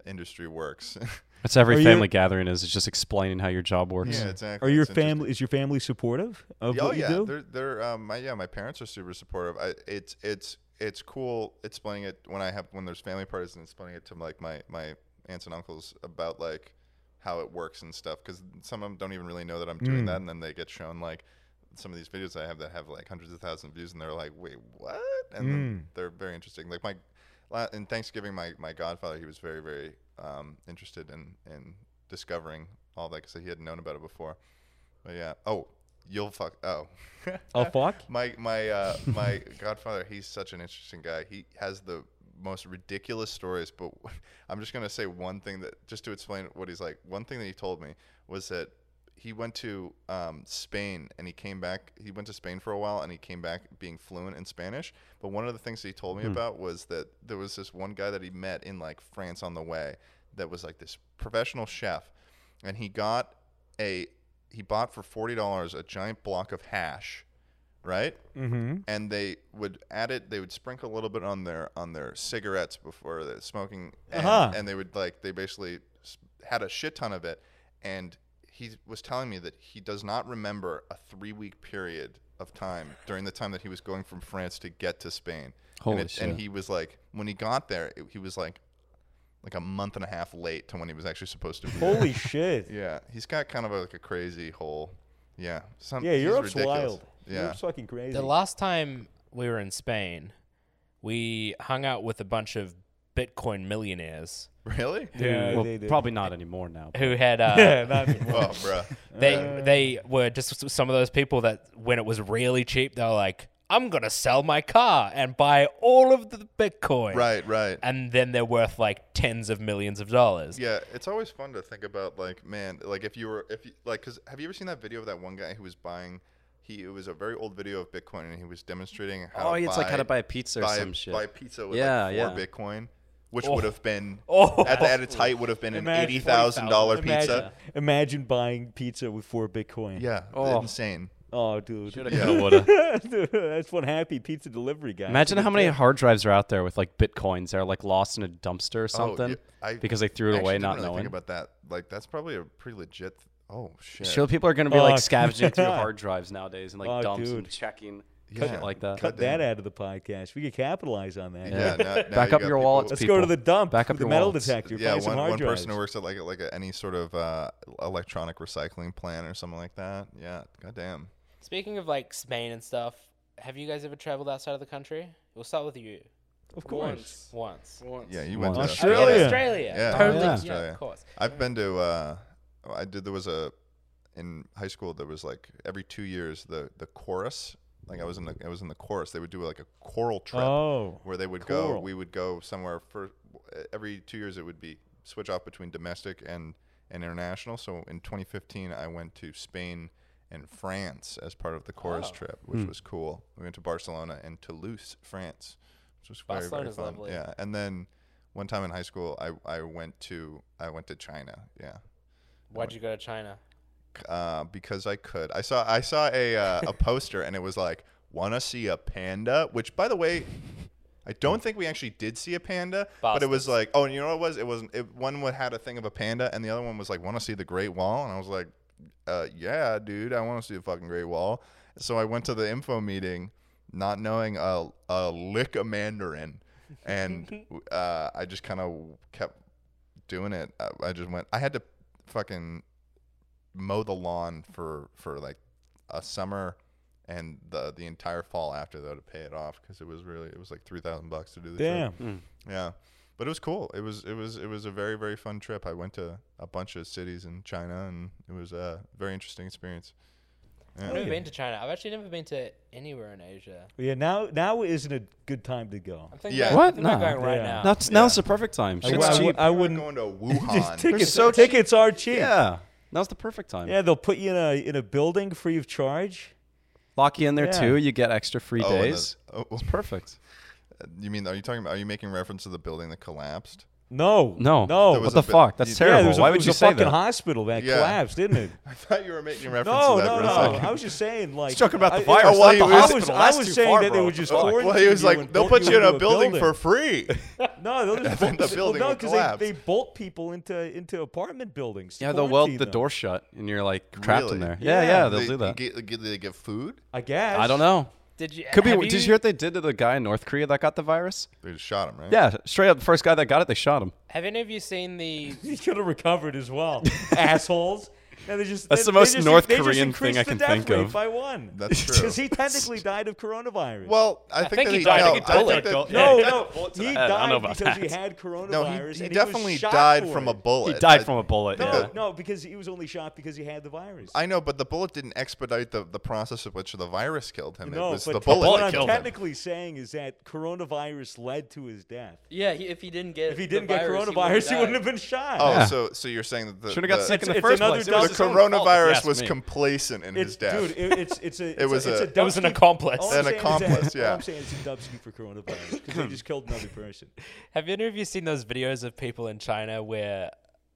D: industry works. <laughs>
C: That's every
B: Are you-
C: family gathering is. It's just explaining how your job works.
D: yeah, exactly.
B: Are your
D: It's interesting.
B: family is your family supportive of
D: oh
B: what you
D: yeah,
B: do?
D: they're they're um, my yeah my parents are super supportive. I, it's it's it's cool explaining it when I have when there's family parties and explaining it to like my my aunts and uncles about like how it works and stuff because some of them don't even really know that I'm doing
B: Mm.
D: that and then they get shown like some of these videos I have that have like hundreds of thousands of views and they're like wait what and then
B: Mm.
D: they're very interesting like my la- in Thanksgiving my my godfather he was very very um, interested in in discovering all that because he hadn't known about it before but yeah oh you'll fuck oh
B: Oh
D: <laughs>
B: fuck.
D: my my uh, my <laughs> godfather, he's such an interesting guy. He has the most ridiculous stories, but <laughs> I'm just gonna say one thing that just to explain what he's like. One thing that he told me was that he went to um, Spain and he came back. He went to Spain for a while and he came back being fluent in Spanish. But one of the things he told me about was that there was this one guy that he met in like France on the way that was like this professional chef, and he got a he bought for forty dollars a giant block of hash right? Mm-hmm. And they would add it. They would sprinkle a little bit on their on their cigarettes before the smoking, and,
B: Uh-huh.
D: and they would like they basically s- had a shit ton of it. And he was telling me that he does not remember a three week period of time during the time that he was going from France to get to Spain.
C: Holy
D: and, and
C: shit.
D: he was like, when he got there, it- he was like, like a month and a half late to when he was actually supposed to be. there. <laughs>
B: Holy shit.
D: Yeah, he's got kind of a, like a crazy hole. Yeah, some,
B: Yeah,
D: he's
B: Europe's
D: ridiculous.
B: wild.
D: Yeah,
B: Europe's fucking crazy.
A: The last time we were in Spain, we hung out with a bunch of Bitcoin millionaires
C: <laughs>
D: really?
B: Yeah,
C: well,
B: they do.
C: probably not anymore now.
A: who had
C: <laughs>
A: uh,
B: Yeah, that's-
D: Oh, bruh.
A: they
C: Uh.
A: they were just some of those people that when it was really cheap, they were like, "I'm gonna sell my car and buy all of the Bitcoin,"
D: Right, right.
A: And then they're worth like tens of millions of dollars.
D: yeah, it's always fun to think about, like, man, like if you were, if you, like, cause have you ever seen that video of that one guy who was buying? He it was a very old video of Bitcoin, and he was demonstrating how.
C: Oh,
D: to
C: it's
D: buy,
C: like how to buy a pizza or
D: buy,
C: some shit.
D: Buy pizza with
C: Yeah,
D: like four
C: yeah.
D: Bitcoin, which
A: Oh.
D: would have been
C: <laughs>
A: Oh.
D: at the at its height would have been an
B: Imagine-
D: eighty thousand dollar pizza.
B: Imagine, imagine buying pizza with four Bitcoin.
D: Yeah,
C: Oh.
D: insane.
B: Oh, dude. <laughs>
C: Shoulda,
D: Yeah.
C: coulda, woulda.
B: Dude, that's one happy pizza delivery guy.
C: Imagine how many hard drives are out there with like bitcoins that are like lost in a dumpster or something
D: Oh, yeah, I
C: because they threw
D: I
C: it
D: actually
C: away,
D: didn't
C: not
D: really
C: knowing.
D: Think about that. Like, that's probably a pretty legit. Th- oh shit.
C: Sure, people are going to be like
B: Fuck. <laughs>
C: scavenging through hard drives nowadays and like
B: Oh,
C: dumps
B: dude.
C: and checking
D: Yeah.
C: shit like that.
B: Cut that out of the podcast. We could capitalize on that.
D: Yeah.
C: <laughs>
D: now- now you
C: Back
D: got
C: up your
D: people-
C: wallets.
B: Let's
C: people.
B: go to the dump.
C: Back up
B: with the
C: your
B: metal
C: wallets.
B: detector.
D: yeah,
B: buy some
D: one,
B: hard
D: one
B: drives.
D: person who works at like like a, any sort of uh, electronic recycling plant or something like that. Yeah, goddamn.
A: Speaking of like Spain and stuff, have you guys ever traveled outside of the country? We'll start with you
B: Of course.
E: Once.
A: once.
E: Once.
D: Yeah, you
C: Wow.
D: went to
B: Australia.
A: Oh, yeah,
B: Yeah.
A: Australia.
D: Yeah,
A: Totally.
C: yeah.
A: Yeah,
D: Australia.
A: of course.
D: I've been to. Uh, I did. There was a in high school. There was like every two years the the chorus. Like I was in the I was in the chorus. They would do like a choral trip
B: Oh.
D: where they would go.
B: Choral.
D: We would go somewhere for every two years. It would be switch off between domestic and and international. So in 2015, I went to Spain and France as part of the chorus
A: Ah.
D: trip, which was cool. We went to Barcelona and Toulouse, France, which was very very
A: Barcelona's
D: fun.
A: lovely.
D: Yeah, and then one time in high school, I, I went to I went to China. Yeah.
A: Why'd you go to China?
D: uh, because I could. I saw I saw a uh, a poster and it was like, "Wanna see a panda?" Which, by the way, I don't think we actually did see a panda, but it was like, oh, and you know what it was? It wasn't. It, one wa- had a thing of a panda, and the other one was like, "Wanna see the Great Wall?" And I was like, uh, "Yeah, dude, I want to see the fucking Great Wall." So I went to the info meeting, not knowing a a lick of Mandarin, and uh, I just kind of kept doing it. I, I just went. I had to fucking mow the lawn for for like a summer and the the entire fall after though to pay it off because it was really it was like three thousand bucks to do the
B: Damn.
D: trip.
C: Hmm.
D: Yeah, but it was cool. It was it was it was a very very fun trip. I went to a bunch of cities in China and it was a very interesting experience.
A: I've never been to China. I've actually never been to anywhere in Asia.
B: Yeah, now now isn't a good time to go.
A: I'm thinking
D: Yeah.
A: about,
C: What?
A: I'm thinking about
B: No.
A: going right
B: Yeah.
A: now.
C: That's now's the perfect time.
B: I,
C: Shit's
B: I-
C: cheap.
B: I wouldn't.
D: going to
B: <laughs> Just
D: Wuhan.
B: tickets,
C: so cheap.
B: tickets are cheap.
C: yeah, now's the perfect time.
B: Yeah, they'll put you in a in a building free of charge.
C: Lock you in there
B: Yeah.
C: too. You get extra free
D: Oh, and the-
C: days.
D: oh,
C: It's perfect.
D: you mean are you talking about? Are you making reference to the building that collapsed?
B: No,
C: No.
B: no.
D: There
C: What
D: was
C: the
D: a bit-
C: fuck? That's
D: Yeah, there
B: Yeah, there
C: terrible.
B: was a,
C: Why
B: it
C: would
B: was
C: you
B: a
C: say
B: fucking
C: that?
B: hospital that
D: Yeah.
B: collapsed, didn't it?
D: <laughs> <laughs> I thought you were
B: <laughs>
D: making reference
B: No,
D: to that
B: no,
D: for
B: no.
D: a <laughs> second.
B: I was just saying, like,
C: talking about the
B: I- I-
C: virus,
B: I, was-
D: not the
B: I was-
C: hospital.
B: I
C: That's
B: was
C: too
B: saying
C: far,
B: that
C: bro.
B: they would just
C: Well,
B: quarantine
D: Well, he was
B: you
D: like,
B: and bolt
D: they'll put you in a
B: into
D: building for <laughs> free.
B: No, they'll just
D: then
B: bolt well,
D: the building
B: no,
D: would
B: 'cause
D: collapse.
B: they, they bolt people into into apartment buildings. to
C: Yeah, they'll weld
B: quarantine
C: the
B: them.
C: door shut, and you're like trapped in
D: Really?
C: there. Yeah,
B: Yeah.
C: yeah, they'll
D: They-
C: do that.
D: Get, get- they give food?
B: I guess.
C: I
B: <laughs>
C: don't know.
A: Did you?
C: Could be.
A: have
C: Did you
A: you
C: hear what they did to the guy in North Korea that got the virus?
D: They just shot him, right?
C: Yeah, straight up, first guy that got it, they shot him.
A: Have any of you seen the?
B: He could have recovered as
C: <laughs>
B: well, assholes. And they just,
C: That's
B: they-
C: the
B: they
C: most
B: just-
C: North
B: they just
C: Korean
B: increased
C: thing I
B: the
C: can
B: death
C: think
B: rate
C: of.
B: by one. <laughs>
D: That's true.
B: Because he technically died of coronavirus.
D: Well, I
A: think
D: think, that
A: he
D: he,
A: died. I
D: no,
A: think he
D: I
A: died.
D: think that-
B: <laughs>
C: Don't-
B: no,
D: <laughs>
C: Yeah.
B: no, he
C: I don't know
B: died
C: about
B: because he
C: that.
B: had coronavirus.
D: no, he,
B: and
D: he
B: was
D: definitely
B: shot
D: died
B: for
D: from
B: it.
D: a bullet.
C: He died
D: I-
C: from a bullet.
B: No,
C: yeah.
B: no, because he was only shot because he had the virus.
D: I know, but the bullet didn't expedite the, the process of which the virus killed him.
B: no,
D: it was
B: but
D: the
B: what
D: bullet
B: I'm
D: that killed him.
B: technically saying is that coronavirus led to his death.
E: Yeah, he, if he didn't get
B: If he
E: the
B: didn't get
E: virus,
B: coronavirus, he wouldn't have
E: died.
B: been shot.
D: Oh,
C: Yeah.
D: so so you're saying that the,
C: Should have got
D: the,
C: sick in
B: It's-
C: the
B: it's
C: first
B: another
C: place. It
D: the
C: was
B: doctor-
C: his own fault, if you
D: coronavirus
C: ask
D: was
C: me.
D: complacent in his
B: It's,
D: death.
B: dude, it, it's it's a it's
D: was
B: a,
D: a-
B: it's a
D: <laughs> It
A: was an
B: Dubsky-
A: accomplice.
B: all
A: An
B: I'm saying is that-
D: accomplice, yeah.
B: all I'm saying is it's a Dubsky for coronavirus because they just killed
A: <laughs>
B: another person.
A: Have any of you seen those videos of people in China where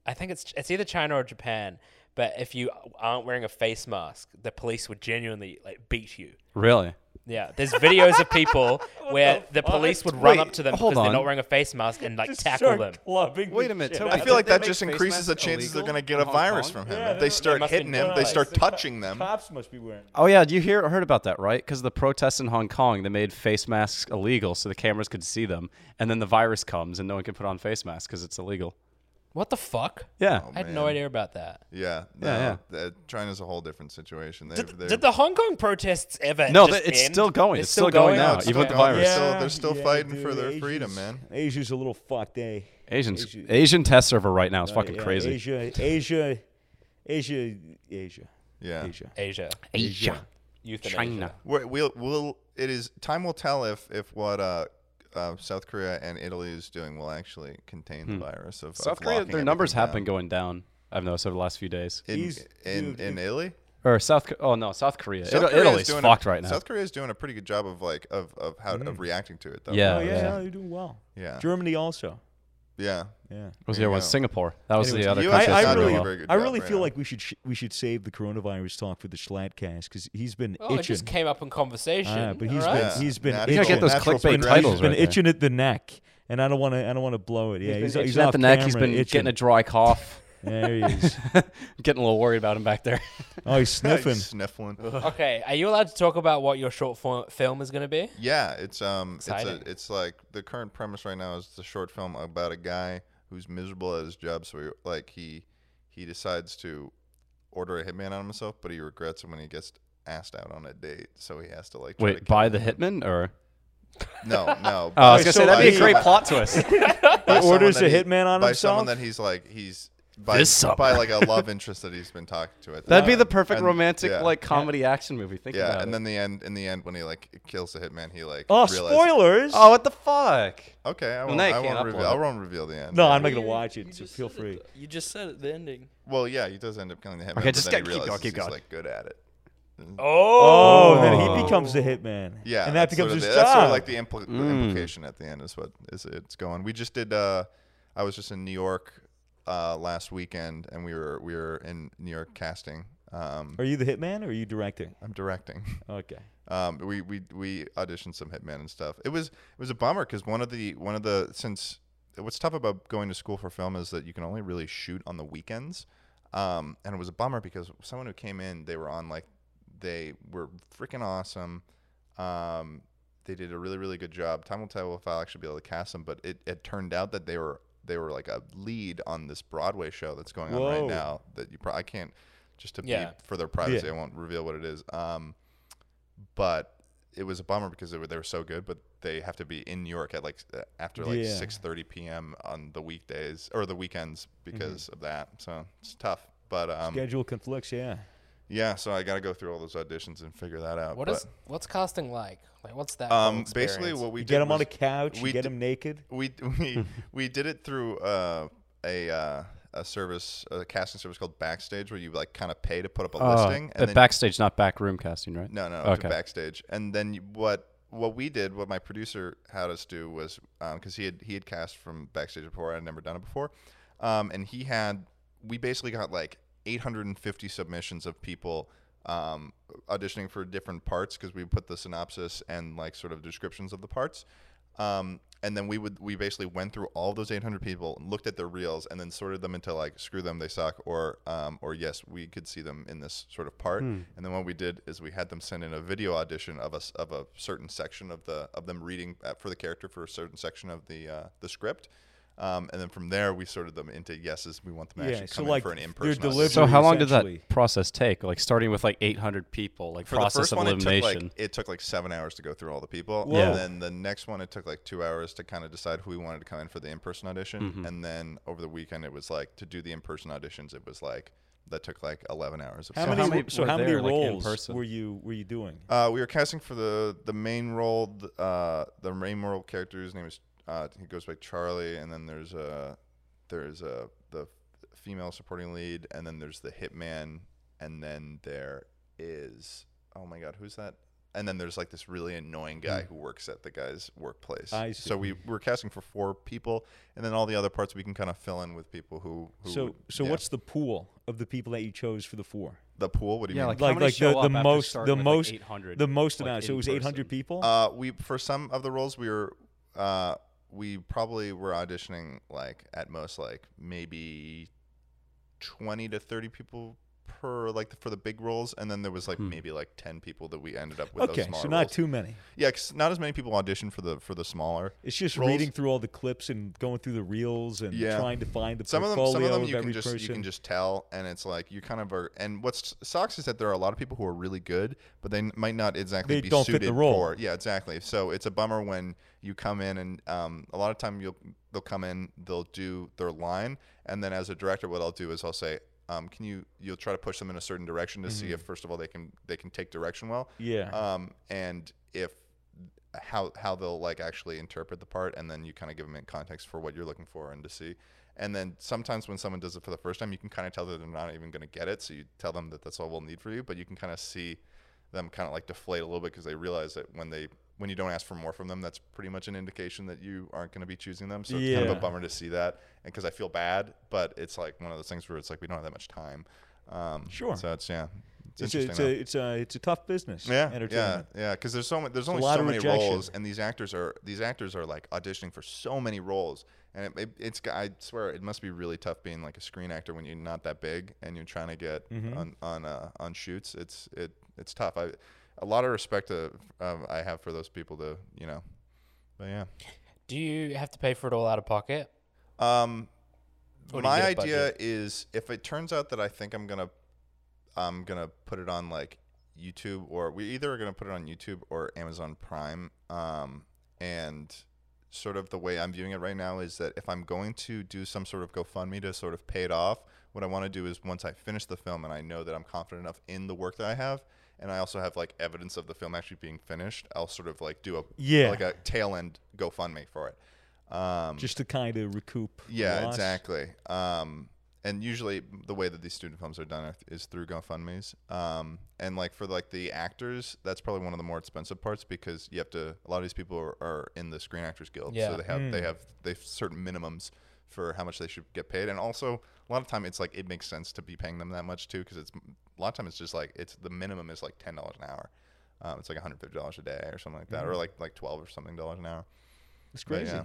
A: I think it's it's either China or Japan, but if you aren't wearing a face mask, the police would genuinely like beat you.
C: Really?
A: Yeah, there's videos of <laughs> people where
B: the
A: the,
B: fuck?
A: police would run
C: Wait,
A: up to them
C: hold
A: because they're
C: on.
A: not wearing a face mask and like
B: Just
A: tackle
B: start
A: them.
B: clubbing
C: Wait
B: the
C: a minute,
B: shit
C: tell me-
B: out
D: I
B: of
D: feel like
C: Did they
D: that
C: make
D: just
C: face
D: increases the
C: masks
D: chances they're
C: illegal
D: going to get
C: in
D: a
C: Hong
D: virus
C: Kong?
D: from him.
B: Yeah,
D: if they
B: they
D: start
A: must be
D: hitting him, they
A: penalized.
D: start touching
B: them.
D: them.
B: Cops must be wearing.
C: Oh yeah, you hear heard about that, right? Because the protests in Hong Kong, they made face masks illegal, so the cameras could see them, and then the virus comes, and no one can put on face masks because it's illegal.
A: What the fuck?
C: Yeah.
A: I had no
D: man.
A: idea about that.
D: Yeah, no,
C: yeah.
D: that- China's a whole different situation. They,
A: Did, did the Hong Kong protests ever?
C: No,
A: just
C: th- it's
A: end?
C: still going.
A: They're
C: It's still going
D: no,
C: now,
D: it's
C: even
D: still
C: with the
D: going.
C: virus.
D: They're still- they're still fighting for their
B: Asia's-
D: freedom, man.
B: Asia's a little fucked, eh?
C: Asian
B: Asian- Uh,
C: Asian test server right now is fucking
B: Yeah,
C: crazy.
B: Asia, Asia, Asia, Asia,
D: yeah.
B: Asia.
A: Asia,
C: Asia.
A: euthanasia.
C: China.
D: We're, we'll, we'll, it is time will tell if if what uh, uh, South Korea and Italy is doing will actually contain the virus. Of,
C: South
D: of
C: Korea,
D: locking
C: their numbers
D: everything
C: have been going down. I've noticed over the last few days.
D: down. in
B: He's-
D: in,
B: dude,
D: in
B: it-
D: Italy.
C: Or South, Co- oh no, South Korea.
D: South
C: Ita-
D: Korea is
C: Italy's
D: doing
C: fucked
D: a,
C: right now.
D: South Korea is doing a pretty good job of like of, of how
B: Hmm.
D: of reacting to it though.
C: Yeah.
B: Oh yeah,
C: Yeah.
B: yeah, you're doing well.
D: yeah,
B: Germany also.
D: yeah.
B: Yeah.
C: was the other
D: There you
C: one?
D: go.
C: Singapore. That was
D: Anyways,
C: the other
D: you-
C: country.
D: I-
C: that's
D: I
C: doing
D: really-
C: well.
D: very good
B: I
D: job
B: really
D: right
B: feel
D: now.
B: like we should sh- we should save the coronavirus talk for the Schlatcast because he's been
A: Oh, it
B: itching.
A: just came up in conversation.
B: Ah, but he's
A: all right?
B: been he's been
D: Natural-
B: itching.
C: gotta get those
D: natural
C: clickbait
D: progression.
C: titles
B: He's been
C: right there.
B: itching at the neck, and I don't want to I don't want to blow it. Yeah, he's
C: He's
B: he's
C: at
B: off
C: the neck. He's
B: camera
C: been
B: itching.
C: getting a dry cough. <laughs>
B: <laughs> There he is.
C: getting a little worried about him back there.
B: Oh, <laughs> he's
D: Nice
B: sniffing.
D: sniffling.
A: Okay, are you allowed to talk about what your short fo- film is going to be?
D: Yeah, it's um, it's a,
A: Exciting.
D: it's like the current premise right now is the short film about a guy who's miserable at his job, so he, like he he decides to order a hitman on himself, but he regrets it when he gets asked out on a date, so he has to like try to
C: Wait,
D: kill
C: by the
D: him.
C: hitman or?
D: <laughs>
B: <laughs>
D: no no
C: Oh, I was
B: Wait,
C: gonna
B: so
C: say that'd be a
B: he-
C: great plot twist.
D: by someone
B: Uh, orders
D: that
B: a
D: he-
B: hitman on
D: by
B: himself?
D: someone that he's like he's by
C: This summer.
D: by
B: <laughs>
D: like a love interest that he's been talking to at
C: <laughs>
D: the
C: That'd be
D: time.
C: the perfect
D: And-
C: romantic
D: yeah,
C: like comedy action movie. Think
D: yeah,
C: about
D: and
C: it.
D: then the end in the end when he like kills the hitman, he like
B: Oh,
D: realizes-
B: spoilers!
C: oh, what the fuck?
D: Okay, I
C: Well,
D: won't,
C: now you
D: I
C: can't
D: won't reveal.
C: upload
D: I
C: it.
D: won't reveal the end.
B: no,
D: Yeah.
B: I'm not gonna
E: You-
B: watch
E: you
B: it. So
E: just <laughs>
B: feel
E: said it,
B: free.
E: though. You just said it, the ending.
D: Well, yeah, he does end up killing the hitman.
C: Okay,
D: but
C: just
D: then
C: get- keep
D: he
C: going,
D: realizes
C: keep
D: he's
C: going.
D: like good at it.
A: Oh,
B: Oh, then he becomes the hitman.
D: Yeah,
B: and that
D: that's sort
B: becomes
D: of
B: his
D: the-
B: job.
D: That's sort of like the, impli- the implication at the end is what is it's going. We just did. Uh, I was just in New York uh, last weekend, and we were we were in New York casting. Um,
B: are you the hitman or are you directing?
D: I'm directing. <laughs>
B: Okay.
D: Um, we we we auditioned some hitmen and stuff. It was it was a bummer because one of the one of the since what's tough about going to school for film is that you can only really shoot on the weekends. Um, and it was a bummer because someone who came in, they were on like they were freaking awesome. Um, they did a really really good job. Time will tell if I'll actually be able to cast them, but it, it turned out that they were they were like a lead on this Broadway show that's going on
B: Whoa.
D: right now that you pro- I can't just to
A: Yeah.
D: be for their privacy I won't reveal what it is. Um, but it was a bummer because they were, they were so good, but they have to be in New York at like s- after like
B: Yeah.
D: six thirty p.m. on the weekdays or the weekends because
B: Mm-hmm.
D: of that. So it's tough. But um,
B: Schedule conflicts, yeah.
D: yeah, so I got to go through all those auditions and figure that out.
A: What
D: Uh, but,
A: is what's casting like? Like what's that? whole
D: um, basically
A: experience?
D: what we
B: You
D: did
B: get him on
D: was-
B: a Hmm. couch, you
D: we
B: get
D: d-
B: him naked.
D: we <laughs> we we did it through uh, a uh, a service a casting service called Backstage where you like kind of pay to put up
B: Oh,
D: a listing
C: uh,
D: then-
C: backstage, not back room casting, right?
D: No, no, to
C: Okay.
D: backstage. And then you- what what we did, what my producer had us do was because he had he had cast from backstage before, I'd never done it before, um, and he had we basically got like 850 submissions of people um, auditioning for different parts because we put the synopsis and like sort of descriptions of the parts. Um, and then we would we basically went through all those 800 people, looked at their reels, and then sorted them into like screw them, they suck, or um, or yes, we could see them in this sort of part.
B: Hmm.
D: And then what we did is we had them send in a video audition of us of a certain section of the of them reading uh, for the character for a certain section of the uh, the script. Um, and then from there, we sorted them into yeses. We want them to
B: Yeah,
D: actually
B: so,
D: come in
B: like,
D: for an
B: their
D: in-person. audition.
B: delivery-
C: So how long did
B: essentially.
C: that process take? Like starting with like 800 people, like
D: for the
C: process
D: first
C: of
D: one, it took,
C: elimination.
D: like, it took like seven hours to go through all the people.
B: Whoa.
D: And then the next one, it took like two hours to kind of decide who we wanted to come in for the in person audition.
C: Mm-hmm.
D: And then over the weekend, it was like to do the in person auditions, it was like that took like 11 hours. Of
B: How
D: film.
B: many
C: how
B: ro-
C: many
B: so
C: were
B: how many
C: there, like, in
B: roles
C: person?
B: were you were you doing?
D: Uh, we were casting for the the main role. th- Uh, the main role character, his name is uh, he goes by Charlie, and then there's a there's a the female supporting lead, and then there's the hitman, and then there is oh my god, who's that? And then there's like this really annoying guy who works at the guy's workplace.
B: Hmm. I
D: So we we're casting for four people, and then all the other parts we can kind of fill in with people who. who
B: So
D: would-
B: so
D: yeah.
B: what's the pool of the people that you chose for the four?
D: the pool? What do you mean?
B: Like like the, the most the most the most amount. So it was 800 people.
D: Uh, we for some of the roles we were, uh, we probably were auditioning like at most like maybe twenty to thirty people per like for the big roles, and then there was like maybe like ten people that we ended up with. those
B: Hmm. okay,
D: smaller
B: so not
D: roles.
B: too many.
D: Yeah, 'cause not as many people audition for the for the smaller.
B: It's just
D: roles.
B: reading through all the clips and going through the reels and
D: Yeah.
B: trying to find the
D: Some of them,
B: portfolio
D: some of them you
B: every
D: can just
B: person.
D: you can just tell, and it's like you kind of are. And what s- sucks is that there are a lot of people who are really good, but they n- might not exactly
B: They
D: be
B: don't fit
D: suited
B: the role.
D: for. Yeah, exactly. So it's a bummer when you come in, and um, a lot of time you'll they'll come in, they'll do their line, and then as a director, what I'll do is I'll say. Um, can you you'll try to push them in a certain direction to see if first of all they can they can take direction well
B: Mm-hmm. Yeah.
D: um and if how how they'll like actually interpret the part and then you kind of give them in context for what you're looking for and to see and then sometimes when someone does it for the first time you can kind of tell that they're not even going to get it so you tell them that that's all we'll need for you but you can kind of see them kind of like deflate a little bit because they realize that when they when you don't ask for more from them that's pretty much an indication that you aren't going to be choosing them so it's kind of
B: Yeah.
D: a bummer to see that and because i feel bad but it's like one of those things where it's like we don't have that much time um
B: Sure.
D: so it's yeah it's,
B: it's,
D: interesting
B: a, it's,
D: though.
B: a, it's a it's a tough business.
D: Yeah, yeah,
B: entertainment.
D: yeah. Because there's so many, there's only
B: lot
D: so
B: of
D: many
B: rejection.
D: roles, and these actors are these actors are like auditioning for so many roles, and it, it, it's I swear it must be really tough being like a screen actor when you're not that big and you're trying to get
B: Mm-hmm.
D: on on uh, on shoots. It's it it's tough. I a lot of respect to, um, I have for those people to you know, but yeah.
A: do you have to pay for it all out of pocket?
D: Um,
A: Or do you
D: my
A: get a
D: idea
A: budget?
D: is if it turns out that I think I'm gonna, I'm gonna put it on like YouTube or we either are gonna put it on YouTube or Amazon Prime. Um, and sort of the way I'm viewing it right now is that if I'm going to do some sort of GoFundMe to sort of pay it off, what I want to do is once I finish the film and I know that I'm confident enough in the work that I have. And I also have like evidence of the film actually being finished. I'll sort of like do a
B: Yeah.
D: like a tail end GoFundMe for it. Um,
B: Just to kind of recoup.
D: yeah,
B: loss.
D: exactly. Um, and usually the way that these student films are done are- is through GoFundmes. Um, and like for like the actors, that's probably one of the more expensive parts because you have to. A lot of these people are, are in the Screen Actors Guild,
A: Yeah.
D: so they have they have they have certain minimums for how much they should get paid. And also a lot of time it's like it makes sense to be paying them that much too because it's a lot of time it's just like it's the minimum is like ten dollars an hour. Um, it's like $150 a day or something like that, or like like 12 or something dollars an hour.
B: It's
D: But
B: crazy.
D: yeah.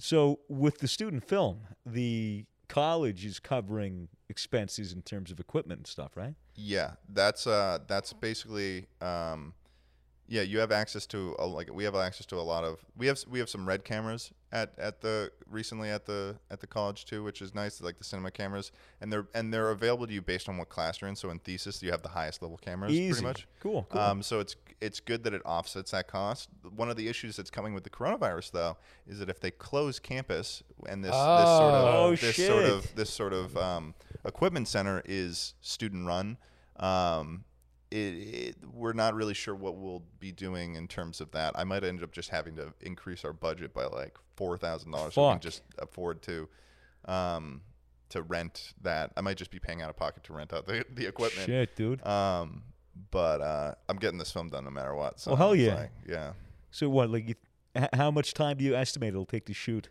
B: So with the student film, the college is covering expenses in terms of equipment and stuff, right?
D: Yeah, that's uh, that's basically um, yeah. You have access to a, like we have access to a lot of we have s- we have some red cameras at, at the recently at the at the college too, which is nice. Like the cinema cameras, and they're and they're available to you based on what class you're in. So in thesis, you have the highest level cameras
B: Easy.
D: pretty much.
B: Cool. cool.
D: Um, so it's it's good that it offsets that cost. One of the issues that's coming with the coronavirus, though, is that if they close campus and this this sort of
B: Oh. Oh,
D: this sort
B: shit.
D: of this sort of um, equipment center is student run, um, it, it, we're not really sure what we'll be doing in terms of that. I might end up just having to increase our budget by like four thousand dollars, so we can
B: Fuck.
D: just afford to. Um, to rent that, I might just be paying out of pocket to rent out the, the equipment.
B: Shit, dude.
D: Um, but uh, I'm getting this film done no matter what. So
B: Oh, hell
D: it's
B: yeah.
D: like, yeah.
B: So what? Like, you, h- how much time do you estimate it'll take to shoot?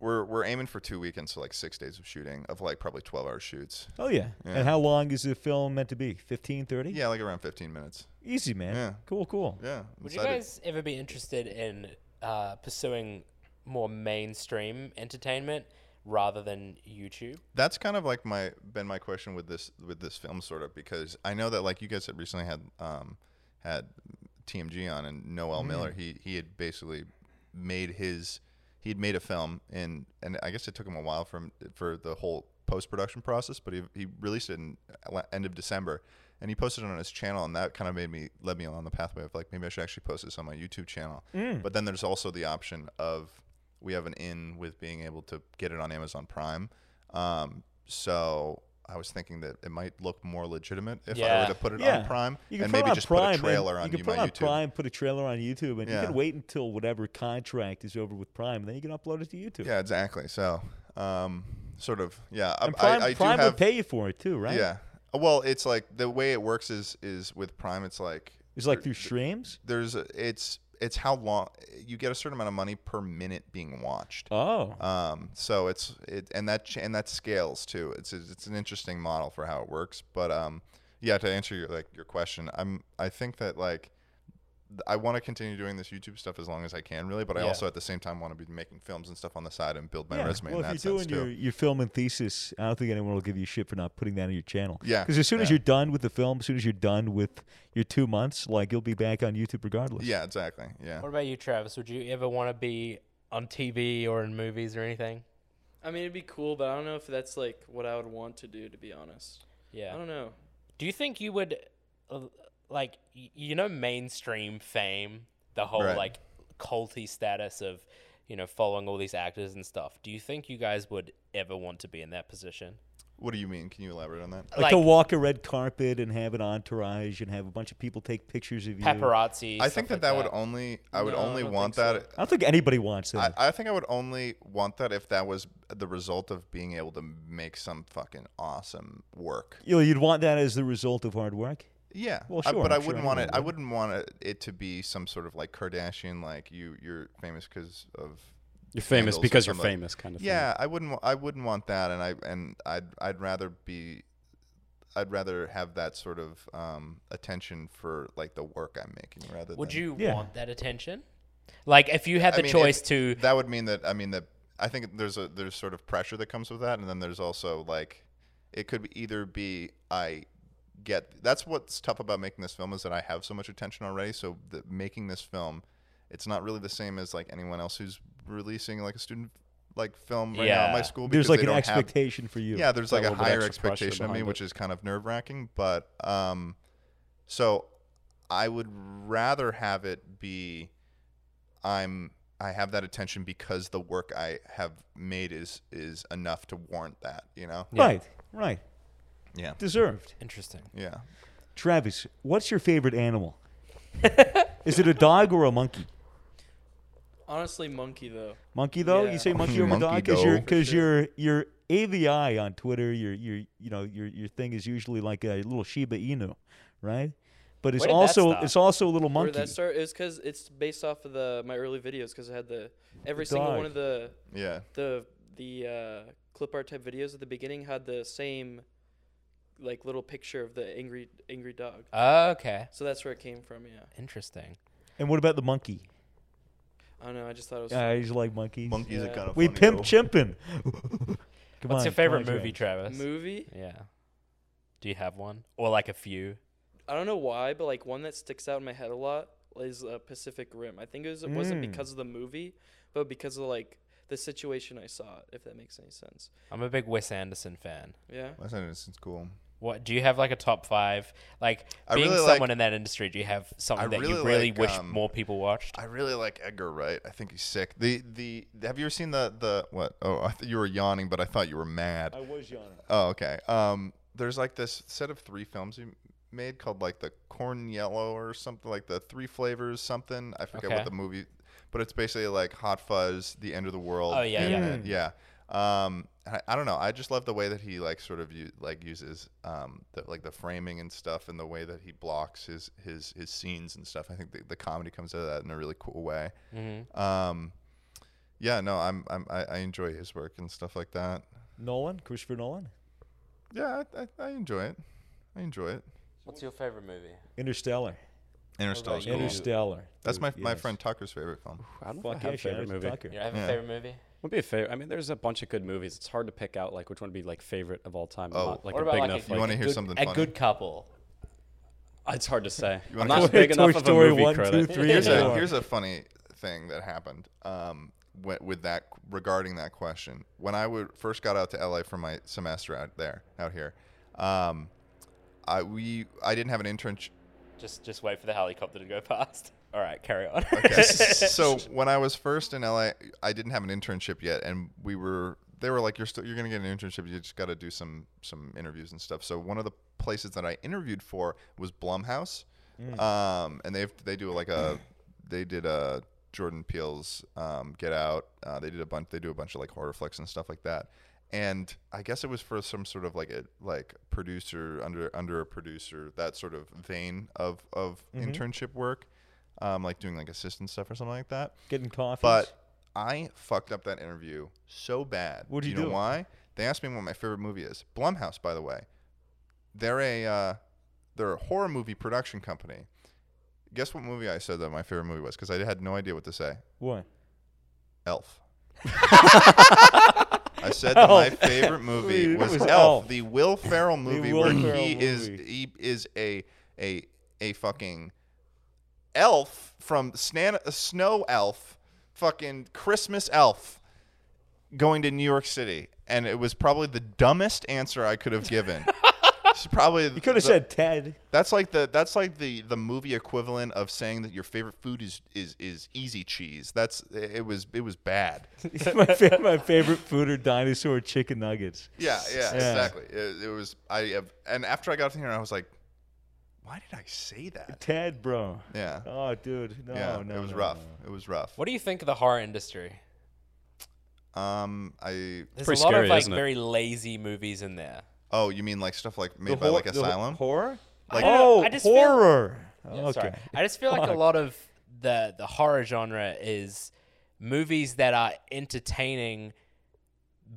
D: We're we're aiming for two weekends, so like six days of shooting of like probably 12 hour shoots.
B: Oh yeah.
D: Yeah.
B: And how long is the film meant to be? 15, 30?
D: Yeah, like around 15 minutes.
B: Easy, man.
D: Yeah.
B: Cool, cool.
D: Yeah.
A: Would you
D: excited.
A: guys ever be interested in uh, pursuing more mainstream entertainment rather than YouTube?
D: That's kind of like my been my question with this with this film sort of because I know that like you guys had recently had um had TMG on and Noel Miller he he had basically made his he'd made a film and and I guess it took him a while from for the whole post production process but he he released it in la- end of December and he posted it on his channel and that kind of made me led me along the pathway of like maybe I should actually post this on my YouTube channel but then there's also the option of we have an in with being able to get it on Amazon Prime. Um, so I was thinking that it might look more legitimate if I
A: Yeah.
D: were to put it
B: Yeah.
D: on Prime
B: You can
D: and
B: put it
D: maybe
B: on
D: just
B: Prime,
D: put a trailer
B: and
D: on
B: you can
D: you-
B: put
D: my
B: it on
D: YouTube.
B: Prime, put a trailer on YouTube, and you
D: Yeah.
B: can wait until whatever contract is over with Prime, and then you can upload it to YouTube.
D: Yeah, exactly. So, um, sort of, yeah. I-
B: And Prime,
D: I, I
B: Prime
D: do have,
B: will pay you for it too, right?
D: yeah. Well, it's like the way it works is is with Prime. It's like
B: It's like through streams.
D: there's a, it's it's how long you get a certain amount of money per minute being watched.
B: Oh,
D: Um, so it's it and that ch- and that scales too. It's it's an interesting model for how it works. But um, yeah, to answer your like your question, I'm I think that like th- I want to continue doing this YouTube stuff as long as I can, really. But I
A: Yeah.
D: also at the same time want to be making films and stuff on the side and build my
B: yeah.
D: resume
B: Well,
D: in that
B: if you're
D: sense
B: doing your,
D: too.
B: your film and thesis, I don't think anyone will give you shit for not putting that on your channel.
D: Yeah,
B: Because as soon as
D: yeah.
B: you're done with the film, as soon as you're done with your two months, like you'll be back on YouTube regardless.
D: Yeah, exactly. Yeah.
A: What about you, Travis? Would you ever want to be on TV or in movies or anything?
E: I mean, it'd be cool, but I don't know if that's like what I would want to do. To be honest, I
A: Yeah.
E: don't know.
A: Do you think you would, uh, like, y- you know, mainstream fame, the whole
D: Right.
A: like culty status of, you know, following all these actors and stuff? Do you think you guys would ever want to be in that position?
D: What do you mean? Can you elaborate on that?
B: Like, to walk a red carpet and have an entourage and have a bunch of people take pictures of you.
A: paparazzi.
D: I
A: stuff
D: think that
A: like
D: that, would only I would
E: No, I
D: only
E: don't
D: want
E: think so.
D: that
B: I don't think anybody wants that.
D: I, I think I would only want that if that was the result of being able to make some fucking awesome work.
B: you know, you'd want that as the result of hard work.
D: Yeah.
B: Well,
D: I-
B: sure,
D: but I
B: I'm sure
D: wouldn't want it.
B: anyone
D: I
B: would.
D: wouldn't want it, it to be some sort of like Kardashian, like you you're famous because of.
C: You're famous
D: scandals or
C: because you're
D: something.
C: famous, kind of.
D: Yeah, I wouldn't. wa- I wouldn't want that, and I and I'd I'd rather be. I'd rather have that sort of um, attention for like the work I'm making rather
A: Would
D: than.
A: you
B: Yeah.
A: want that attention? Like, if you had the
D: mean, if-
A: choice to,
D: That would mean that I mean that I think there's a there's sort of pressure that comes with that, and then there's also like it could be either be I get that's what's tough about making this film is that I have so much attention already, so the, making this film, it's not really the same as like anyone else who's releasing like a student like film right now at my
A: Yeah.
D: school
B: There's
D: because
B: like
D: they
B: an
D: don't have
B: expectation for you.
D: yeah, there's like a
C: little bit
D: higher
C: extra pressure
D: expectation of me,
C: behind
D: which is kind of nerve wracking. But um, so I would rather have it be I'm I have that attention because the work I have made is is enough to warrant that. You know?
B: Right, right.
D: Yeah.
B: Deserved.
A: interesting.
D: Yeah.
B: Travis, what's your favorite animal? Is it a dog or a monkey?
E: Honestly, monkey though.
B: Monkey though?
E: Yeah.
B: You say monkey over
D: Monkey
B: dog because you're
D: dough.
B: because you're you're AVI on Twitter, your your you know your your thing is usually like a little Shiba Inu, right? But it's
A: Where did that
B: also
A: start?
B: it's also a little
E: Where
B: monkey.
E: that start is because it's based off of the my early videos because I had the every single
B: dog.
E: one of the
D: Yeah.
E: the the uh, clip art type videos at the beginning had the same like little picture of the angry angry dog.
A: Okay.
E: So that's where it came from. Yeah,
A: Interesting.
B: and what about the monkey?
E: I don't know. I just thought it was.
B: I just like monkeys.
D: Monkeys are
E: Yeah.
D: kind of
B: we
D: funny,
B: pimp
D: though.
B: chimpin'. Come
A: What's
B: on,
A: your favorite
B: come on,
A: movie,
B: James.
A: Travis?
E: Movie?
A: Yeah. Do you have one or like a few?
E: I don't know why, but like one that sticks out in my head a lot is uh, Pacific Rim. I think it, was, it wasn't
B: Mm.
E: because of the movie, but because of like the situation I saw it. If that makes any sense.
A: I'm a big Wes Anderson fan.
E: Yeah.
D: Wes Anderson's cool.
A: What do you have like a top five? Like
D: I
A: being
D: really
A: someone
D: like-
A: in that industry, do you have something
D: I
A: that you
D: really
A: really
D: like,
A: wish
D: um,
A: more people watched?
D: I really like Edgar Wright. I think he's sick. The the have you ever seen the the what? Oh, I th- you were yawning, but I thought you were mad.
B: I was yawning.
D: Oh, okay. Um, there's like this set of three films he made called like the Corn Yellow or something like the Three Flavors something. I forget
A: Okay.
D: what the movie, but it's basically like Hot Fuzz, The End of the World.
A: Oh, yeah,
D: and-
A: yeah.
D: and- yeah. Um, and I, I don't know. I just love the way that he like sort of u- like uses um the, like the framing and stuff, and the way that he blocks his his his scenes and stuff. I think the, the comedy comes out of that in a really cool way.
A: Mm-hmm.
D: Um, yeah, no, I'm, I'm I, I enjoy his work and stuff like that.
B: Nolan, Christopher Nolan,
D: Yeah, I, I, I enjoy it. I enjoy it.
A: What's your favorite movie?
B: Interstellar.
D: Interstellar's
A: you?
D: cool.
A: Interst-
B: Interstellar.
D: That's
B: Dude,
D: my my
B: yes.
D: friend Tucker's favorite film.
C: I don't know if
B: Fuck
C: I
B: yeah,
C: have a favorite
B: Travis
C: movie.
B: Tucker.
A: You don't have
D: Yeah.
A: a favorite movie?
C: Would be a favorite. I mean, there's a bunch of good movies. It's hard to pick out like which one would be like favorite of all time.
D: Oh.
C: not, like
A: What
C: a
A: about,
C: big
A: like,
C: enough.
A: a-
D: You
C: like-
D: want to hear
A: Good-
D: something
A: a
D: funny?
A: good couple.
C: <laughs> it's hard to say. I'm
D: wanna
C: not
D: go-
C: big enough
B: Toy
C: of a
B: Story
C: movie
B: one, two,
C: critic.
B: three,
C: <laughs>
D: <laughs> here's
B: Yeah.
D: a here's a funny thing that happened. Um, with, with that regarding that question, when I would first got out to LA for my semester out there out here, um, I we I didn't have an internship.
A: Just just wait for the helicopter to go <laughs> past. All right, carry on.
D: Okay. so when I was first in LA, I didn't have an internship yet, and we were they were like, "You're still you're gonna get an internship. You just got to do some some interviews and stuff." So one of the places that I interviewed for was Blumhouse, um, and they they do like a they did a Jordan Peele's um, Get Out. Uh, they did a bunch. They do a bunch of like horror flicks and stuff like that. And I guess it was for some sort of like a like producer under under a producer that sort of vein of of internship work, um, like doing like assistant stuff or something like that.
B: Getting coffee.
D: But I fucked up that interview so bad.
B: What'd you
D: know
B: do?
D: why? They asked me what my favorite movie is. Blumhouse, by the way. They're a uh, they're a horror movie production company. Guess what movie I said that my favorite movie was? Because I had no idea what to say.
B: what? <laughs>
D: Elf. I said that my favorite movie
B: It
D: was,
B: was
D: Elf,
B: Elf.
D: the Will Ferrell movie
B: Will
D: where
B: Ferrell
D: he is
B: movie.
D: he is a a a fucking elf from Snan- a snow elf, fucking Christmas elf, going to New York City, and it was probably the dumbest answer I could have
B: <laughs>
D: given. It's probably
B: You could have said Ted. <laughs>
D: that's like the that's like the the movie equivalent of saying that your favorite food is is is easy cheese. That's it was it was
B: <laughs>
D: bad.
B: my, fa- my favorite food are dinosaur chicken nuggets.
D: Yeah, yeah,
B: Yeah.
D: exactly. It, it was I have, and after I got here, I was like, why did I say that?
B: Ted, bro.
D: <laughs> Yeah,
B: Oh, dude. No,
D: yeah,
B: no.
D: it was
B: no,
D: rough.
B: no.
D: It was rough.
A: what do you think of the horror industry?
D: Um, I
A: There's
C: Pretty
A: a lot
C: scary,
A: of like
C: isn't it?
A: very lazy movies in there.
D: oh, you mean like stuff like made by
B: hor-
D: like
B: the ho-
D: Asylum?
B: Horror?
A: Like-
B: oh,
A: I just feel-
B: horror.
A: Yeah,
B: okay.
A: sorry. I just feel like a
B: Fuck.
A: lot of the the horror genre is movies that are entertaining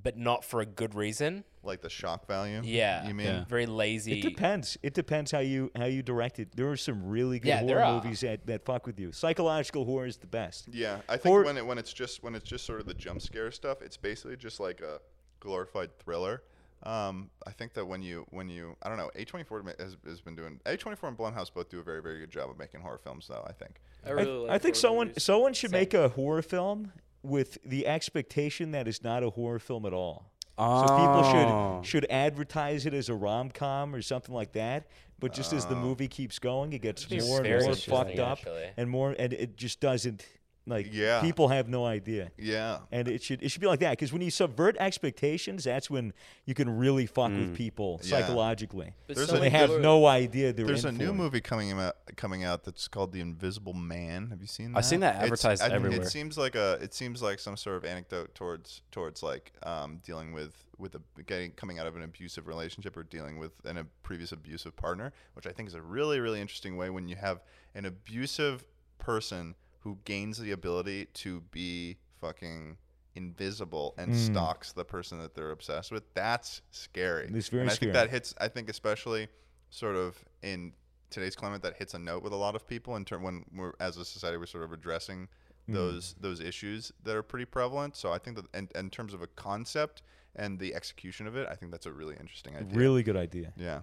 A: but not for a good reason.
D: like the shock value?
A: Yeah.
D: you mean
C: Yeah.
A: Very lazy.
B: It depends. It depends how you how you direct it. There are some really good
A: Yeah, there
B: horror
A: are.
B: movies that, that fuck with you. Psychological horror is the best.
D: Yeah, I think
B: Horror-
D: when it when it's just when it's just sort of the jump scare stuff, it's basically just like a glorified thriller. Um, I think that when you when you I don't know A twenty four has, has been doing A twenty four and Blumhouse both do a very very good job of making horror films though. I think.
E: I
B: I,
E: really like.
B: I think
E: horror
B: someone
E: movies.
B: someone should
A: Same.
B: make a horror film with the expectation that it's not a horror film at all. So people
C: Oh.
B: should should advertise it as a rom com or something like that. But
D: Oh.
B: just as the movie keeps going, it gets
A: be
B: more and
A: very
B: more
A: interesting,
B: fucked up
A: actually.
B: and more, and it just doesn't. Like
D: Yeah.
B: people have no idea.
D: Yeah.
B: And it should it should be like that because when you subvert expectations, that's when you can really fuck with people
D: Mm. Yeah.
B: psychologically.
E: But
D: There's
E: some
D: a-
B: They have
E: people are-
B: no idea they're
D: There's a new
B: influenced.
D: movie coming out coming out that's called The Invisible Man. Have you seen that?
C: I've seen that
D: It's-
C: advertised
D: I-
C: everywhere.
D: It seems like a it seems like some sort of anecdote towards towards like um, dealing with with a getting coming out of an abusive relationship or dealing with an, a previous abusive partner, which I think is a really really interesting way when you have an abusive person who gains the ability to be fucking invisible
C: Mm.
D: and stalks the person that they're obsessed with. That's scary.
B: It's very
D: and I
B: scary.
D: think that hits. I think especially sort of in today's climate that hits a note with a lot of people in term when we're as a society we're sort of addressing those those issues that are pretty prevalent. So I think that in, in terms of a concept and the execution of it, I think that's a really interesting idea.
B: Really good idea.
D: Yeah.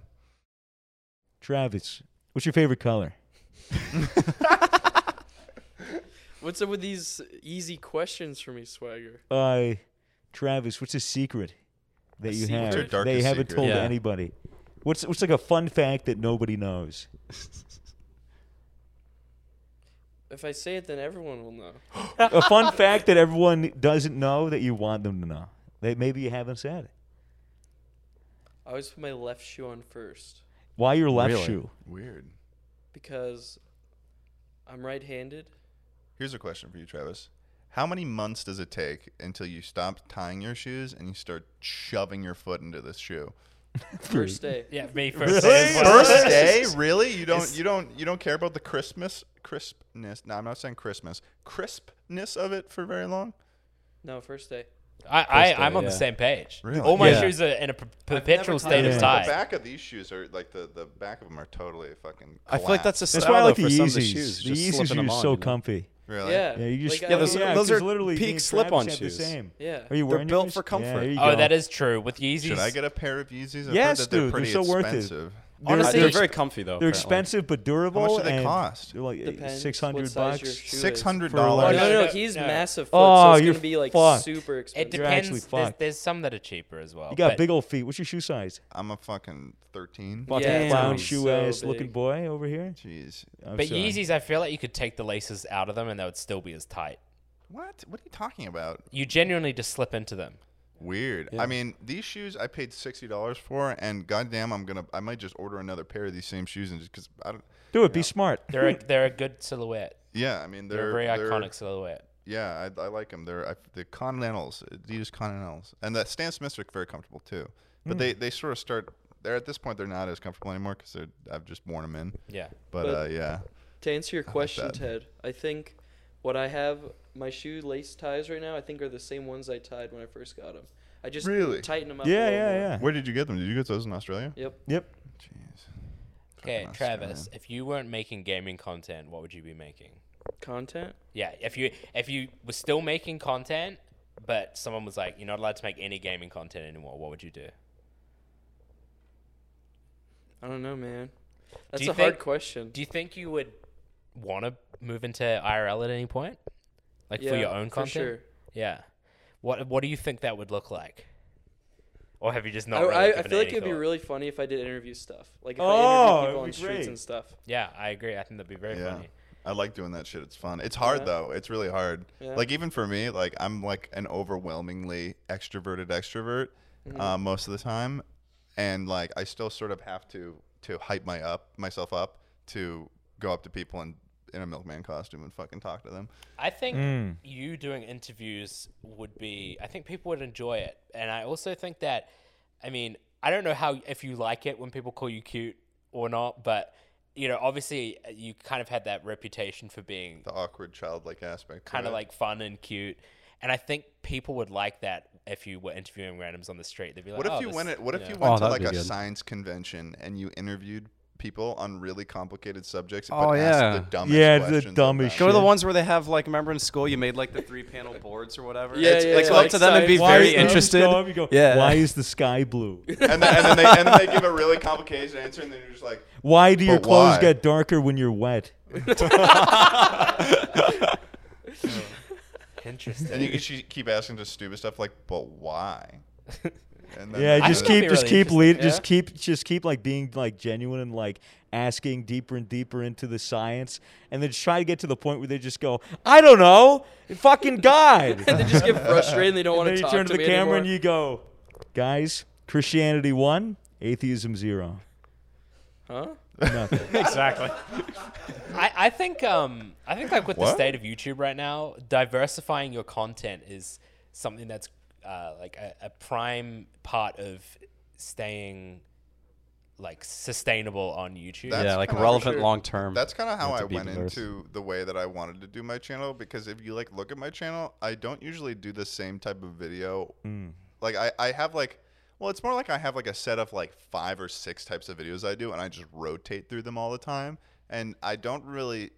B: Travis, what's your favorite color?
E: What's up with these easy questions for me, Swagger?
B: Uh, Travis, what's a secret that
E: A
B: you
E: secret?
B: have
E: What's your
B: that you
D: darkest
B: haven't
D: secret?
B: told
C: Yeah.
B: anybody? What's what's like a fun fact that nobody knows?
E: If I say it, then everyone will know.
B: a fun fact that everyone doesn't know that you want them to know. That maybe you haven't said.
E: I always put my left shoe on first
B: Why your left
C: Really?
B: shoe?
D: Weird.
E: because I'm right-handed.
D: Here's a question for you, Travis. How many months does it take until you stop tying your shoes and you start shoving your foot into this shoe?
E: First day.
A: Yeah,
D: <laughs>
A: me first.
D: First day, really? You don't
A: It's-
D: you don't you don't care about the Christmas crispness. No, I'm not saying Christmas. Crispness of it for very long?
E: No, first day.
A: I, I,
C: First day,
A: I'm on the
C: yeah.
A: same page.
D: Really?
A: All my
C: Yeah.
A: shoes are in a per- perpetual state
B: tied
A: of
B: it.
A: tie.
D: The back of these shoes are like the, the back of them are totally fucking.
C: I feel like that's a
B: That's
C: style
B: why I like
C: though,
B: the
C: for some of the
B: Yeezys.
C: shoes.
B: The
C: just
B: Yeezys
C: slipping
B: are
C: them on,
B: so
C: you know?
B: comfy.
D: really.
E: Yeah.
B: Yeah, you just
E: like,
C: Yeah,
E: I-
C: those-
E: yeah,
C: those
B: 'cause
C: are
B: literally
C: peak
B: me and Travis
C: slip-on
B: have
C: shoes.
B: The same.
E: Yeah.
B: Are you
C: They're
B: wearing
C: built
B: yours?
C: for comfort.
B: Yeah, there you
A: Oh,
B: go.
A: that is true. With Yeezys,
D: Should I get a pair of Yeezys? I've
B: Yes,
D: heard that they're
B: dude, they're
D: pretty
B: so worth it.
D: expensive.
B: They're-
C: Honestly,
B: they're,
C: they're very comfy though.
B: they're
C: apparently.
B: expensive but durable.
D: How much do they
B: and
D: cost?
B: They're like uh,
E: Depends.
B: six hundred
E: what size your
B: bucks.
E: shoe is.
D: Six hundred
E: Oh,
B: For
D: dollars.
E: no,
B: No,
E: no,
B: no,
E: he's
A: no.
E: massive foot,
B: Oh,
E: so it's
B: you're
E: gonna be like
B: fucked.
E: super
A: It
E: expensive.
B: You're actually
A: depends. There's,
B: fucked.
A: there's some that are cheaper as well.
B: You got
A: but
B: big old feet. What's your shoe size?
D: I'm a fucking thirteen.
B: Fucking
E: Yeah, it's
B: clown
E: gonna be
B: shoe
E: so
B: ass looking
E: big.
B: boy over here.
D: Jeez.
B: I'm
A: But
B: sorry.
A: Yeezys, I feel like you could take the laces out of them and they would still be as tight.
D: What? What are you talking about?
A: You genuinely just slip into them.
D: Weird. I mean, these shoes I paid sixty dollars for, and goddamn, I'm gonna. I might just order another pair of these same shoes and just because I don't.
B: do it. Be smart.
A: They're a, they're a good silhouette.
D: Yeah, I mean
A: They're,
D: they're
A: a very
D: they're-
A: iconic silhouette.
D: Yeah, I, I like them. They're I, the Continentals, Adidas Continentals, and that Stan Smiths are very comfortable too. But
A: Hmm.
D: they they sort of start. They're at this point they're not as comfortable anymore because they're I've just worn them in.
A: Yeah.
D: But,
E: But-
D: uh,
A: <laughs>
D: yeah,
E: To answer your question,
D: that.
E: Ted, I think what I have my shoe lace ties right now, I think are the same ones I tied when I first got them. I just
D: Really?
E: tighten them up. a
B: Yeah,
E: little
B: yeah,
E: more.
B: yeah.
D: where did you get them? Did you get those in Australia?
E: Yep.
B: Yep.
D: Jeez.
A: Okay,
D: Fucking
A: Travis,
D: Australian.
A: if you weren't making gaming content, what would you be making?
E: Content.
A: Yeah, if you if you were still making content, but someone was like, "You're not allowed to make any gaming content anymore," what would you do?
E: I don't know, man. That's a
A: you
E: hard
A: think-
E: question.
A: Do you think you would want to move into IRL at any point, like for
E: Yeah,
A: your own content?
E: sure.
A: Yeah. What What do you think that would look like? Or have you just not?
E: I,
A: really
E: I, I
A: given
E: feel like
A: any
E: it'd be
A: thought?
E: really funny if I did interview stuff. Like if
B: Oh,
E: I
B: it'd
E: interviewed people
B: be
E: on streets
B: great.
E: and stuff.
B: <laughs>
A: Yeah, I agree. I think that'd be very
D: Yeah.
A: funny.
D: I like doing that shit. It's fun. It's hard
E: Yeah.
D: though. It's really hard.
E: Yeah.
D: Like even for me, like I'm like an overwhelmingly extroverted extrovert
A: Mm-hmm.
D: uh, most of the time, and like I still sort of have to to hype my up myself up to go up to people and in a milkman costume and fucking talk to them.
A: I think
D: Mm.
A: you doing interviews would be. I think people would enjoy it, and I also think that. I mean, I don't know how if you like it when people call you cute or not, but you know, obviously, uh, you kind of had that reputation for being
D: The awkward childlike aspect. to
A: kind of
D: it.
A: like fun and cute, and I think people would like that if you were interviewing randoms on the street. They'd be like,
D: What if
A: "Oh,
D: you
A: this-
D: went? At, what if
A: yeah."
D: you
C: Oh,
D: went to
C: that'd
D: like
C: be
D: a
C: good.
D: science convention and you interviewed people on really complicated subjects?
C: Oh,
D: but
C: yeah.
D: asked the dumbest
B: Yeah, the
D: questions
B: dumbest
C: Go to
D: about it?
C: the
B: Shit.
C: ones where they have like remember in school you made like the three panel boards or whatever.
E: Yeah,
C: It's-
E: yeah,
C: like,
E: yeah.
C: go up to them and be
E: Why
C: very
E: is the-
C: interested.
B: Go, you go,
C: yeah.
B: Why is the sky blue? <laughs>
D: and then, and then they and then they give a really complicated answer, and then you're just like,
B: Why do your
D: But
B: clothes
D: why?
B: get darker when you're wet?
A: Interesting.
D: and you just keep asking just stupid stuff like, but why? And then
B: Yeah,
D: they
B: just
A: that'd
B: keep,
A: be
B: just
A: really
B: keep lead,
E: interesting.
B: just
E: Yeah.
B: keep, just keep like being like genuine and like asking deeper and deeper into the science, and then just try to get to the point where they just go, I don't know, fucking
A: <laughs>
B: God.
E: they just get frustrated and they don't want
B: then
E: to
B: you
E: talk
B: turn to
E: to
B: the
E: me
B: camera
E: anymore.
B: and you go, guys, Christianity one, atheism zero.
E: huh? <laughs>
C: exactly.
A: I, I think um I think like with the
D: What?
A: state of YouTube right now, diversifying your content is something that's uh, like a, a prime part of staying like sustainable on YouTube.
D: That's
C: yeah, like
D: kinda-
C: relevant
E: Sure.
C: long term.
D: That's kind of how
C: have to
D: I
C: be
D: went
C: diverse.
D: into the way that I wanted to do my channel because if you like look at my channel, I don't usually do the same type of video. Like I, I have like well, it's more like I have like a set of like five or six types of videos I do and I just rotate through them all the time and I don't really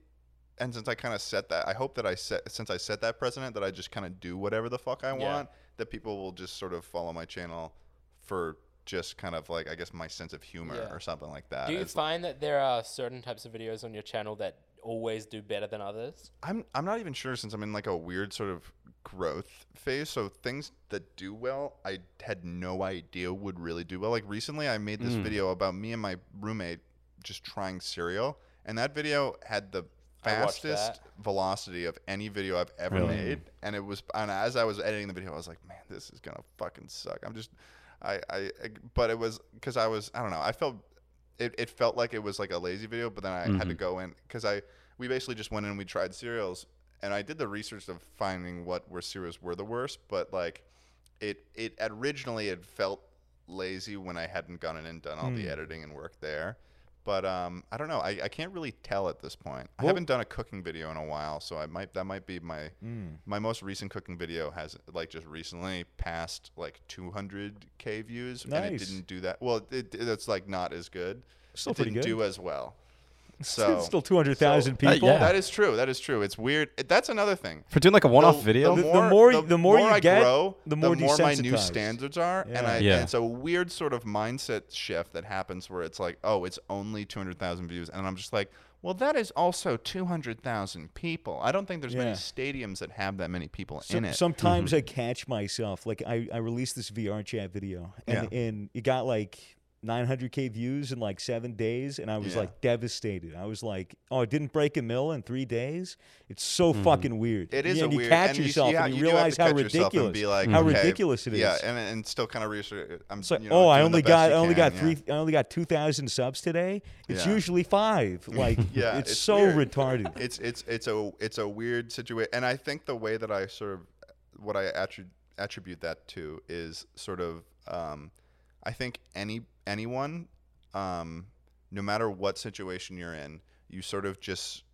D: and since I kind of set that, I hope that I set since I set that precedent that I just kind of do whatever the fuck I
A: Yeah.
D: want, that people will just sort of follow my channel for just kind of like I guess my sense of humor
E: Yeah.
D: or something like that.
A: Do you
D: It's-
A: find that there are certain types of videos on your channel that always do better than others?
D: I'm I'm not even sure since I'm in like a weird sort of growth phase. So things that do well, I had no idea would really do well. Like recently, I made
A: Hmm.
D: this video about me and my roommate just trying cereal, and that video had the
A: I watched
D: fastest velocity of any video I've ever
C: Really?
D: made. And it was and as I was editing the video, I was like, man, this is gonna fucking suck. I'm just I, I, I but it was because I was I don't know I felt it, it felt like it was like a lazy video but then I had to go in because I we basically just went in and we tried cereals and I did the research of finding what were cereals were the worst but like it it originally it felt lazy when I hadn't gone in and done all
B: Hmm.
D: the editing and work there but um I don't know I, I can't really tell at this point I haven't done a cooking video in a while so I might that might be my
B: Hmm.
D: my most recent cooking video has like just recently passed like 200k views and it
B: Nice.
D: didn't do that well it, it- it's like not as good
B: Still
D: it didn't
B: pretty good.
D: do
B: <laughs>
D: as well so
B: Still 200,000
D: so-
B: people.
C: yeah.
D: that is true that is true it's weird It- that's another thing
C: For doing like a one off
D: the-
C: video?
B: The- more- the more you
D: I
B: get,
D: grow,
B: the more
D: my new
B: desensitized.
D: standards are, and I,
C: Yeah.
D: and it's a weird sort of mindset shift that happens where it's like, oh, it's only two hundred thousand views, and I'm just like, well, that is also two hundred thousand people. I don't think there's many
B: Yeah.
D: stadiums that have that many people
B: So-
D: in it. Mm-hmm.
B: Sometimes I catch myself. Like I, I released this VR chat video and, and it got like 900k views in like seven days, and I was
D: Yeah.
B: like devastated. I was like, oh, it didn't break a mill in three days. It's so
D: Mm-hmm.
B: fucking weird.
D: It is
B: Yeah,
D: a
B: and you
D: weird.
B: catch
D: and you-
B: yourself
D: you, ha-
B: and you,
D: do have
B: realize
D: to
B: how
D: catch yourself
B: ridiculous,
D: And be like,
B: how
D: okay,
B: ridiculous it is.
D: Yeah, and, and still kind of reassure. I'm
B: It's like,
D: you know,
B: oh, I
D: doing the
B: only
D: best
B: got,
D: you
B: I only
D: can,
B: got
D: yeah.
B: three, I only got two thousand subs today. It's
D: Yeah.
B: usually
D: <laughs>
B: five. Like,
D: Yeah,
B: it's,
D: it's
B: so
D: weird.
B: retarded.
D: <laughs> it's it's it's a it's a weird situation and i think the way that i sort of what i attri- attribute that to is sort of um i think any anyone um no matter what situation you're in you sort of just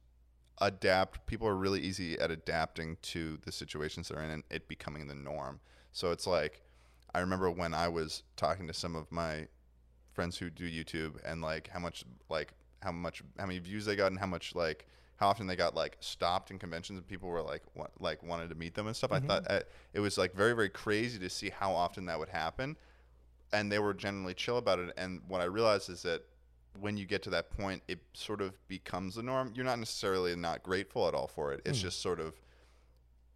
D: adapt people are really easy at adapting to the situations they're in and it becoming the norm so it's like i remember when i was talking to some of my friends who do YouTube and like how much like how much how many views they got and how much like how often they got like stopped in conventions and people were like wa- like wanted to meet them and stuff. I thought uh, it was like very very crazy to see how often that would happen, and they were generally chill about it. And what I realized is that when you get to that point, it sort of becomes the norm. You're not necessarily not grateful at all for it. It's just sort of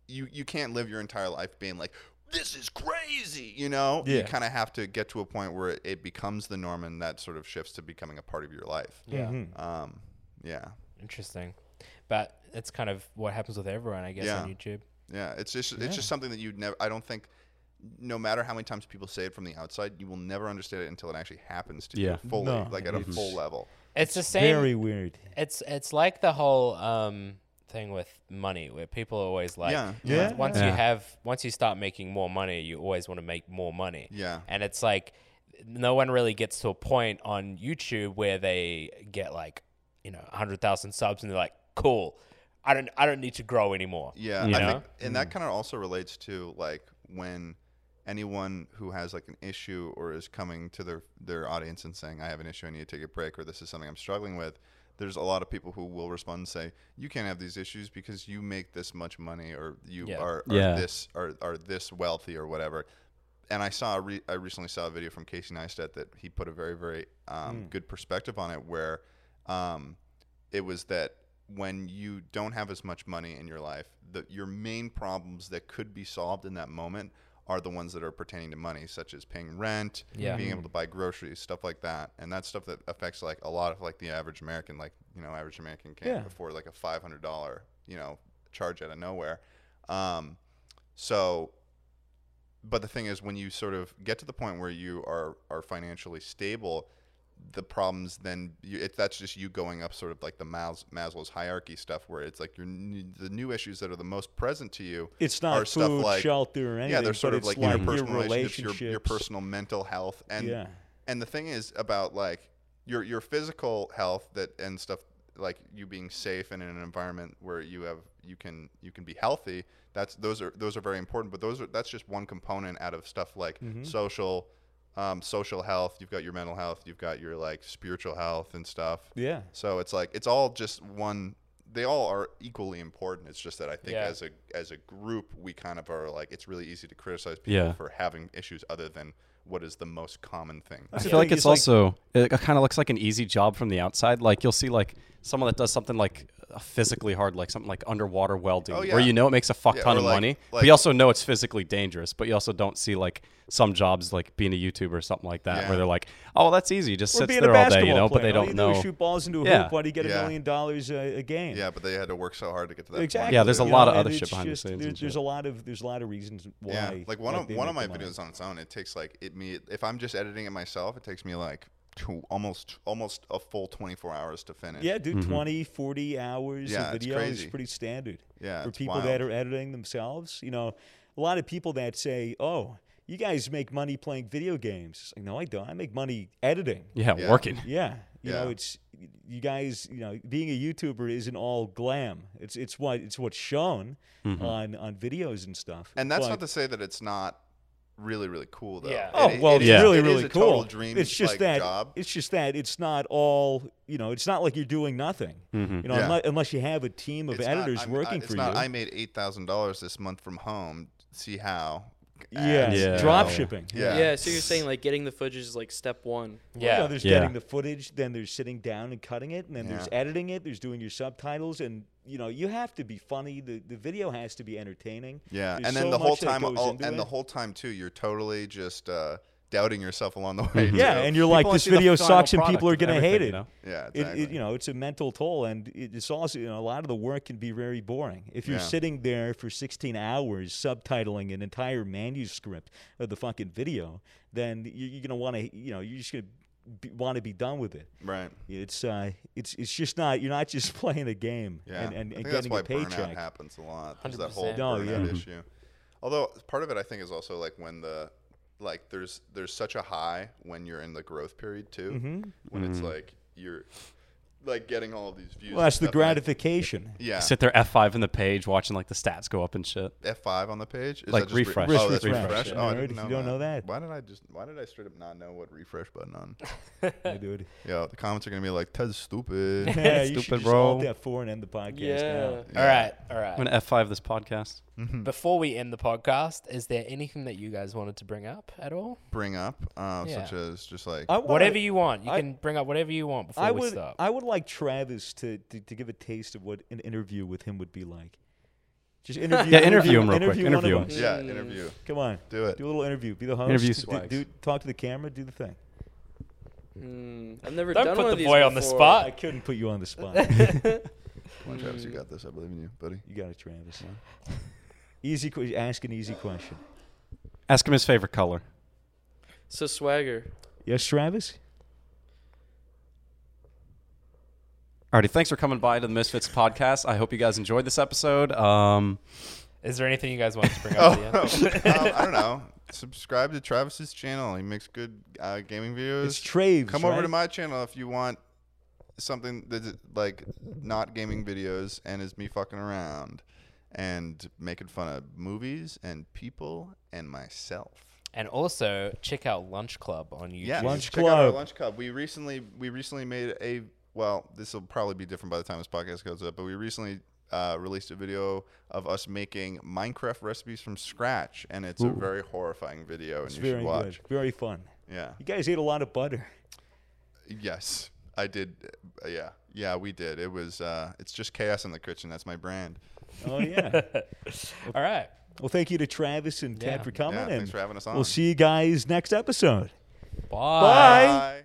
D: you you can't live your entire life being like this is crazy you know you
B: Yeah.
D: kind of have to get to a point where it, it becomes the norm and that sort of shifts to becoming a part of your life
A: Yeah.
B: Hmm.
D: um yeah
A: Interesting. But that's kind of what happens with everyone, I guess,
D: Yeah.
A: on YouTube.
D: yeah it's just it's just something that you never i don't think no matter how many times people say it from the outside you will never understand it until it actually happens to
C: Yeah.
D: you fully
B: No,
D: like at a full level
A: It's the same
B: Very weird.
A: It's it's like the whole um, thing with money, where people are always like,
D: Yeah,
A: once-
B: yeah.
A: Once you
C: Yeah.
A: have, once you start making more money, you always want to make more money.
D: Yeah.
A: and it's like no one really gets to a point on YouTube where they get like, you know, hundred thousand subs, and they're like, cool, I don't, I don't need to grow anymore.
D: Yeah,
A: You
D: I
A: know?
D: think, and that kind of also relates to like when anyone who has like an issue or is coming to their their audience and saying, "I have an issue, I need to take a break," or "This is something I'm struggling with." There's a lot of people who will respond and say, "You can't have these issues because you make this much money, or you
A: Yeah.
D: are, are
C: Yeah.
D: this are are this wealthy, or whatever." And I saw a re- I recently saw a video from Casey Neistat that he put a very very um, good perspective on it, where um, it was that when you don't have as much money in your life, the, your main problems that could be solved in that moment are the ones that are pertaining to money, such as paying rent,
A: Yeah.
D: being able to buy groceries, stuff like that. And that's stuff that affects like a lot of like the average American, like you know, average American can't
B: Yeah.
D: afford like a five hundred dollar you know charge out of nowhere. Um, so, but the thing is, when you sort of get to the point where you are are financially stable, the problems then you, it, that's just you going up sort of like the Mas- Maslow's hierarchy stuff, where it's like your n- the new issues that are the most present to you.
B: It's
D: are
B: not
D: stuff
B: food,
D: like-
B: shelter, or anything.
D: yeah, they're sort
B: but
D: of
B: it's
D: like,
B: like
D: your personal relationships,
B: relationships,
D: your, your personal mental health, and
B: yeah,
D: and the thing is about like your your physical health that and stuff like you being safe and in an environment where you have you can you can be healthy that's those are those are very important but those are that's just one component out of stuff like social um, social health you've got your mental health you've got your like spiritual health and stuff
B: yeah.
D: so it's like it's all just one. They all are equally important. It's just that I think
A: Yeah.
D: as a as a group, we kind of are like it's really easy to criticize people
C: Yeah.
D: for having issues other than what is the most common thing.
C: I
B: That's the
C: feel like
B: thing, it's
C: it's,
B: like-
C: also it kind of looks like an easy job from the outside. Like you'll see like someone that does something like uh, physically hard, like something like underwater welding,
D: Oh, yeah.
C: where you know it makes a fuck
D: Yeah,
C: ton
D: or
C: of
D: like-
C: money, but
D: like-
C: you also know it's physically dangerous. But you also don't see like some jobs like being a YouTuber or something like that,
D: Yeah.
C: where they're like, oh, that's easy, He just
B: Or
C: sits
B: being a
C: there all day,
B: basketball
C: you know,
B: player.
C: but they
B: All you
C: don't
B: do is
C: know.
B: shoot balls into a
C: Yeah.
B: hoop. Why do you get a
D: Yeah.
B: million dollars a, a game?
D: Yeah, but they had to work so hard to get to that
B: Exactly.
C: Yeah, there's
B: You
C: a
D: point.
C: lot
B: know,
C: of
B: and
C: other
B: it's
C: shit behind the
B: just-
C: scenes
B: There's,
C: and
B: there's
C: shit.
B: a lot of there's a lot of reasons why.
D: Yeah, like one
B: like
D: of
B: they
D: one of my
B: make the money.
D: videos on its own, it takes like it me if I'm just editing it myself, it takes me like two, almost almost a full 24 hours to finish.
B: Yeah, dude, twenty, forty 20, 40 hours
D: Yeah,
B: of
D: it's
B: video is
D: crazy.
B: pretty standard.
D: Yeah,
B: for
D: it's
B: people that
D: wild.
B: are editing themselves, you know, a lot of people that say, "Oh, you guys make money playing video games." It's like, no, I don't. I make money editing.
C: Yeah,
D: Yeah.
C: working.
B: Yeah. You know,
D: Yeah.
B: it's you guys. You know, being a YouTuber isn't all glam. It's it's what it's what's shown on on videos and stuff.
D: and that's
B: But-
D: not to say that it's not really really cool though.
A: Yeah.
B: Oh
D: It- it-
B: well,
D: it
B: it's
D: is-
B: really
D: it is
B: really
D: a
B: cool.
D: Total dream
B: it's just
D: like,
B: that
D: job.
B: it's just that it's not all you know. It's not like you're doing nothing. You know,
D: Yeah.
B: unless, unless you have a team of
D: It's not-
B: editors
D: I'm- I-
B: working
D: it's
B: for
D: not,
B: you.
D: I made eight thousand dollars this month from home. See how?
B: yeah,
D: ads,
C: Yeah.
D: you
B: drop
D: know?
B: shipping.
D: Yeah.
E: Yeah, so you're saying like getting the footage is like step one.
B: You know,
A: Yeah.
B: there's
C: Yeah.
B: getting the footage, then there's sitting down and cutting it, and then there's editing it, there's doing your subtitles, and you know you have to be funny. The the video has to be entertaining.
D: Yeah,
B: There's
D: and then
B: so
D: the whole
B: much that
D: time,
B: goes
D: all,
B: into
D: and the
B: it.
D: whole time too, you're totally just uh, doubting yourself along the <laughs> way.
B: yeah,
D: too.
B: and you're like
C: only
B: this
C: see the
B: video
C: final
B: sucks, and
C: product
B: people are
C: of
B: gonna hate it.
C: everything, you know?
D: yeah,
B: it,
D: exactly.
B: it- you know, it's a mental toll, and it, it's also you know a lot of the work can be very boring. If you're
D: Yeah.
B: sitting there for 16 hours subtitling an entire manuscript of the fucking video, then you, you're gonna want to, you know, you're just gonna want to be done with it.
D: right?
B: It's uh, it's it's just not you're not just <laughs> playing a game
D: Yeah,
B: and and,
D: I
B: and
D: think that's
B: getting
D: why
B: a paycheck.
D: burnout happens a lot. There's that whole
A: 100%.
B: No,
D: burnout
B: yeah. Mhm.
D: issue. Although part of it, I think, is also like when the like there's there's such a high when you're in the growth period too,
B: Mm-hmm.
D: when it's like you're like getting all of these views.
B: Well,
D: and
B: that's the
D: stuff, and I- <laughs>
B: gratification.
D: Yeah,
C: Sit there F5 in the page, watching like the stats go up and shit.
D: F5 on the page? Is
C: Like
D: that just re-
C: refresh.
D: oh, that's
B: Refresh,
D: refresh.
B: yeah.
D: Oh, I
B: Nerd,
D: didn't
B: if
D: know
B: you don't
D: that.
B: know that.
D: Why did I just? Why did I straight up not know what refresh button on?
B: Yeah, dude.
D: Yo, the comments are gonna be like, "Ted's stupid."
B: <laughs> Yeah, <laughs> you should
C: Stupid,
B: just alt
C: bro.
B: F4 and end the podcast.
E: Yeah.
B: now.
A: All right. All right.
C: I'm gonna F5 this podcast.
A: <laughs> Before we end the podcast, is there anything that you guys wanted to bring up at all?
D: Bring up, um,
A: Yeah.
D: such as just like,
B: I wanna-
A: Whatever you want, you
B: I-
A: can bring up whatever you want before
B: I
A: we
B: would
A: stop.
B: I would like Travis to, to to give a taste of what an interview with him would be like. Just interview.
C: Yeah, interview him real quick.
B: interview one of
C: Interview
B: us.
C: him.
D: yeah, interview,
B: Come on,
D: do it.
B: do a little interview. Be the host. Do-
C: Interview Swags.
B: do, talk to the camera. Do the thing.
E: Mm, I've never
A: Don't
E: done
A: put
E: one
A: the
E: of these
A: boy on the
E: before.
A: spot.
B: I couldn't put you on the spot.
D: Come on, Travis, you got this. I believe in you, buddy.
B: you got it, Travis. Easy. que- Ask an easy question.
C: Ask him his favorite color.
E: So swagger.
B: Yes, Travis.
C: Alrighty, thanks for coming by to the Misfits podcast. I hope you guys enjoyed this episode. Um,
A: Is there anything you guys wanted to bring up? at the end?
D: <laughs> um, I don't know. Subscribe to Travis's channel. He makes good uh, gaming videos.
B: It's Traves.
D: Come
B: right?
D: over to my channel if you want something that's like not gaming videos and is me fucking around and making fun of movies and people and myself.
A: And also check out Lunch Club on YouTube.
D: Yeah,
B: Lunch
D: check out our
B: Club.
D: lunch club. We recently we recently made a well, this will probably be different by the time this podcast goes up, but we recently uh, released a video of us making Minecraft recipes from scratch, and it's a very horrifying video, and
B: It's
D: you
B: very
D: should watch.
B: good. Very fun.
D: Yeah.
B: You guys ate a lot of butter.
D: Yes, I did. uh, Yeah, yeah, we did. It was. Uh, it's just chaos in the kitchen. That's my brand.
B: Oh yeah.
A: All right.
B: Well, thank you to Travis and
A: Yeah.
B: Ted for coming.
D: Yeah, thanks
B: and
D: for having us on.
B: We'll see you guys next episode.
A: Bye.
B: Bye.
D: Bye.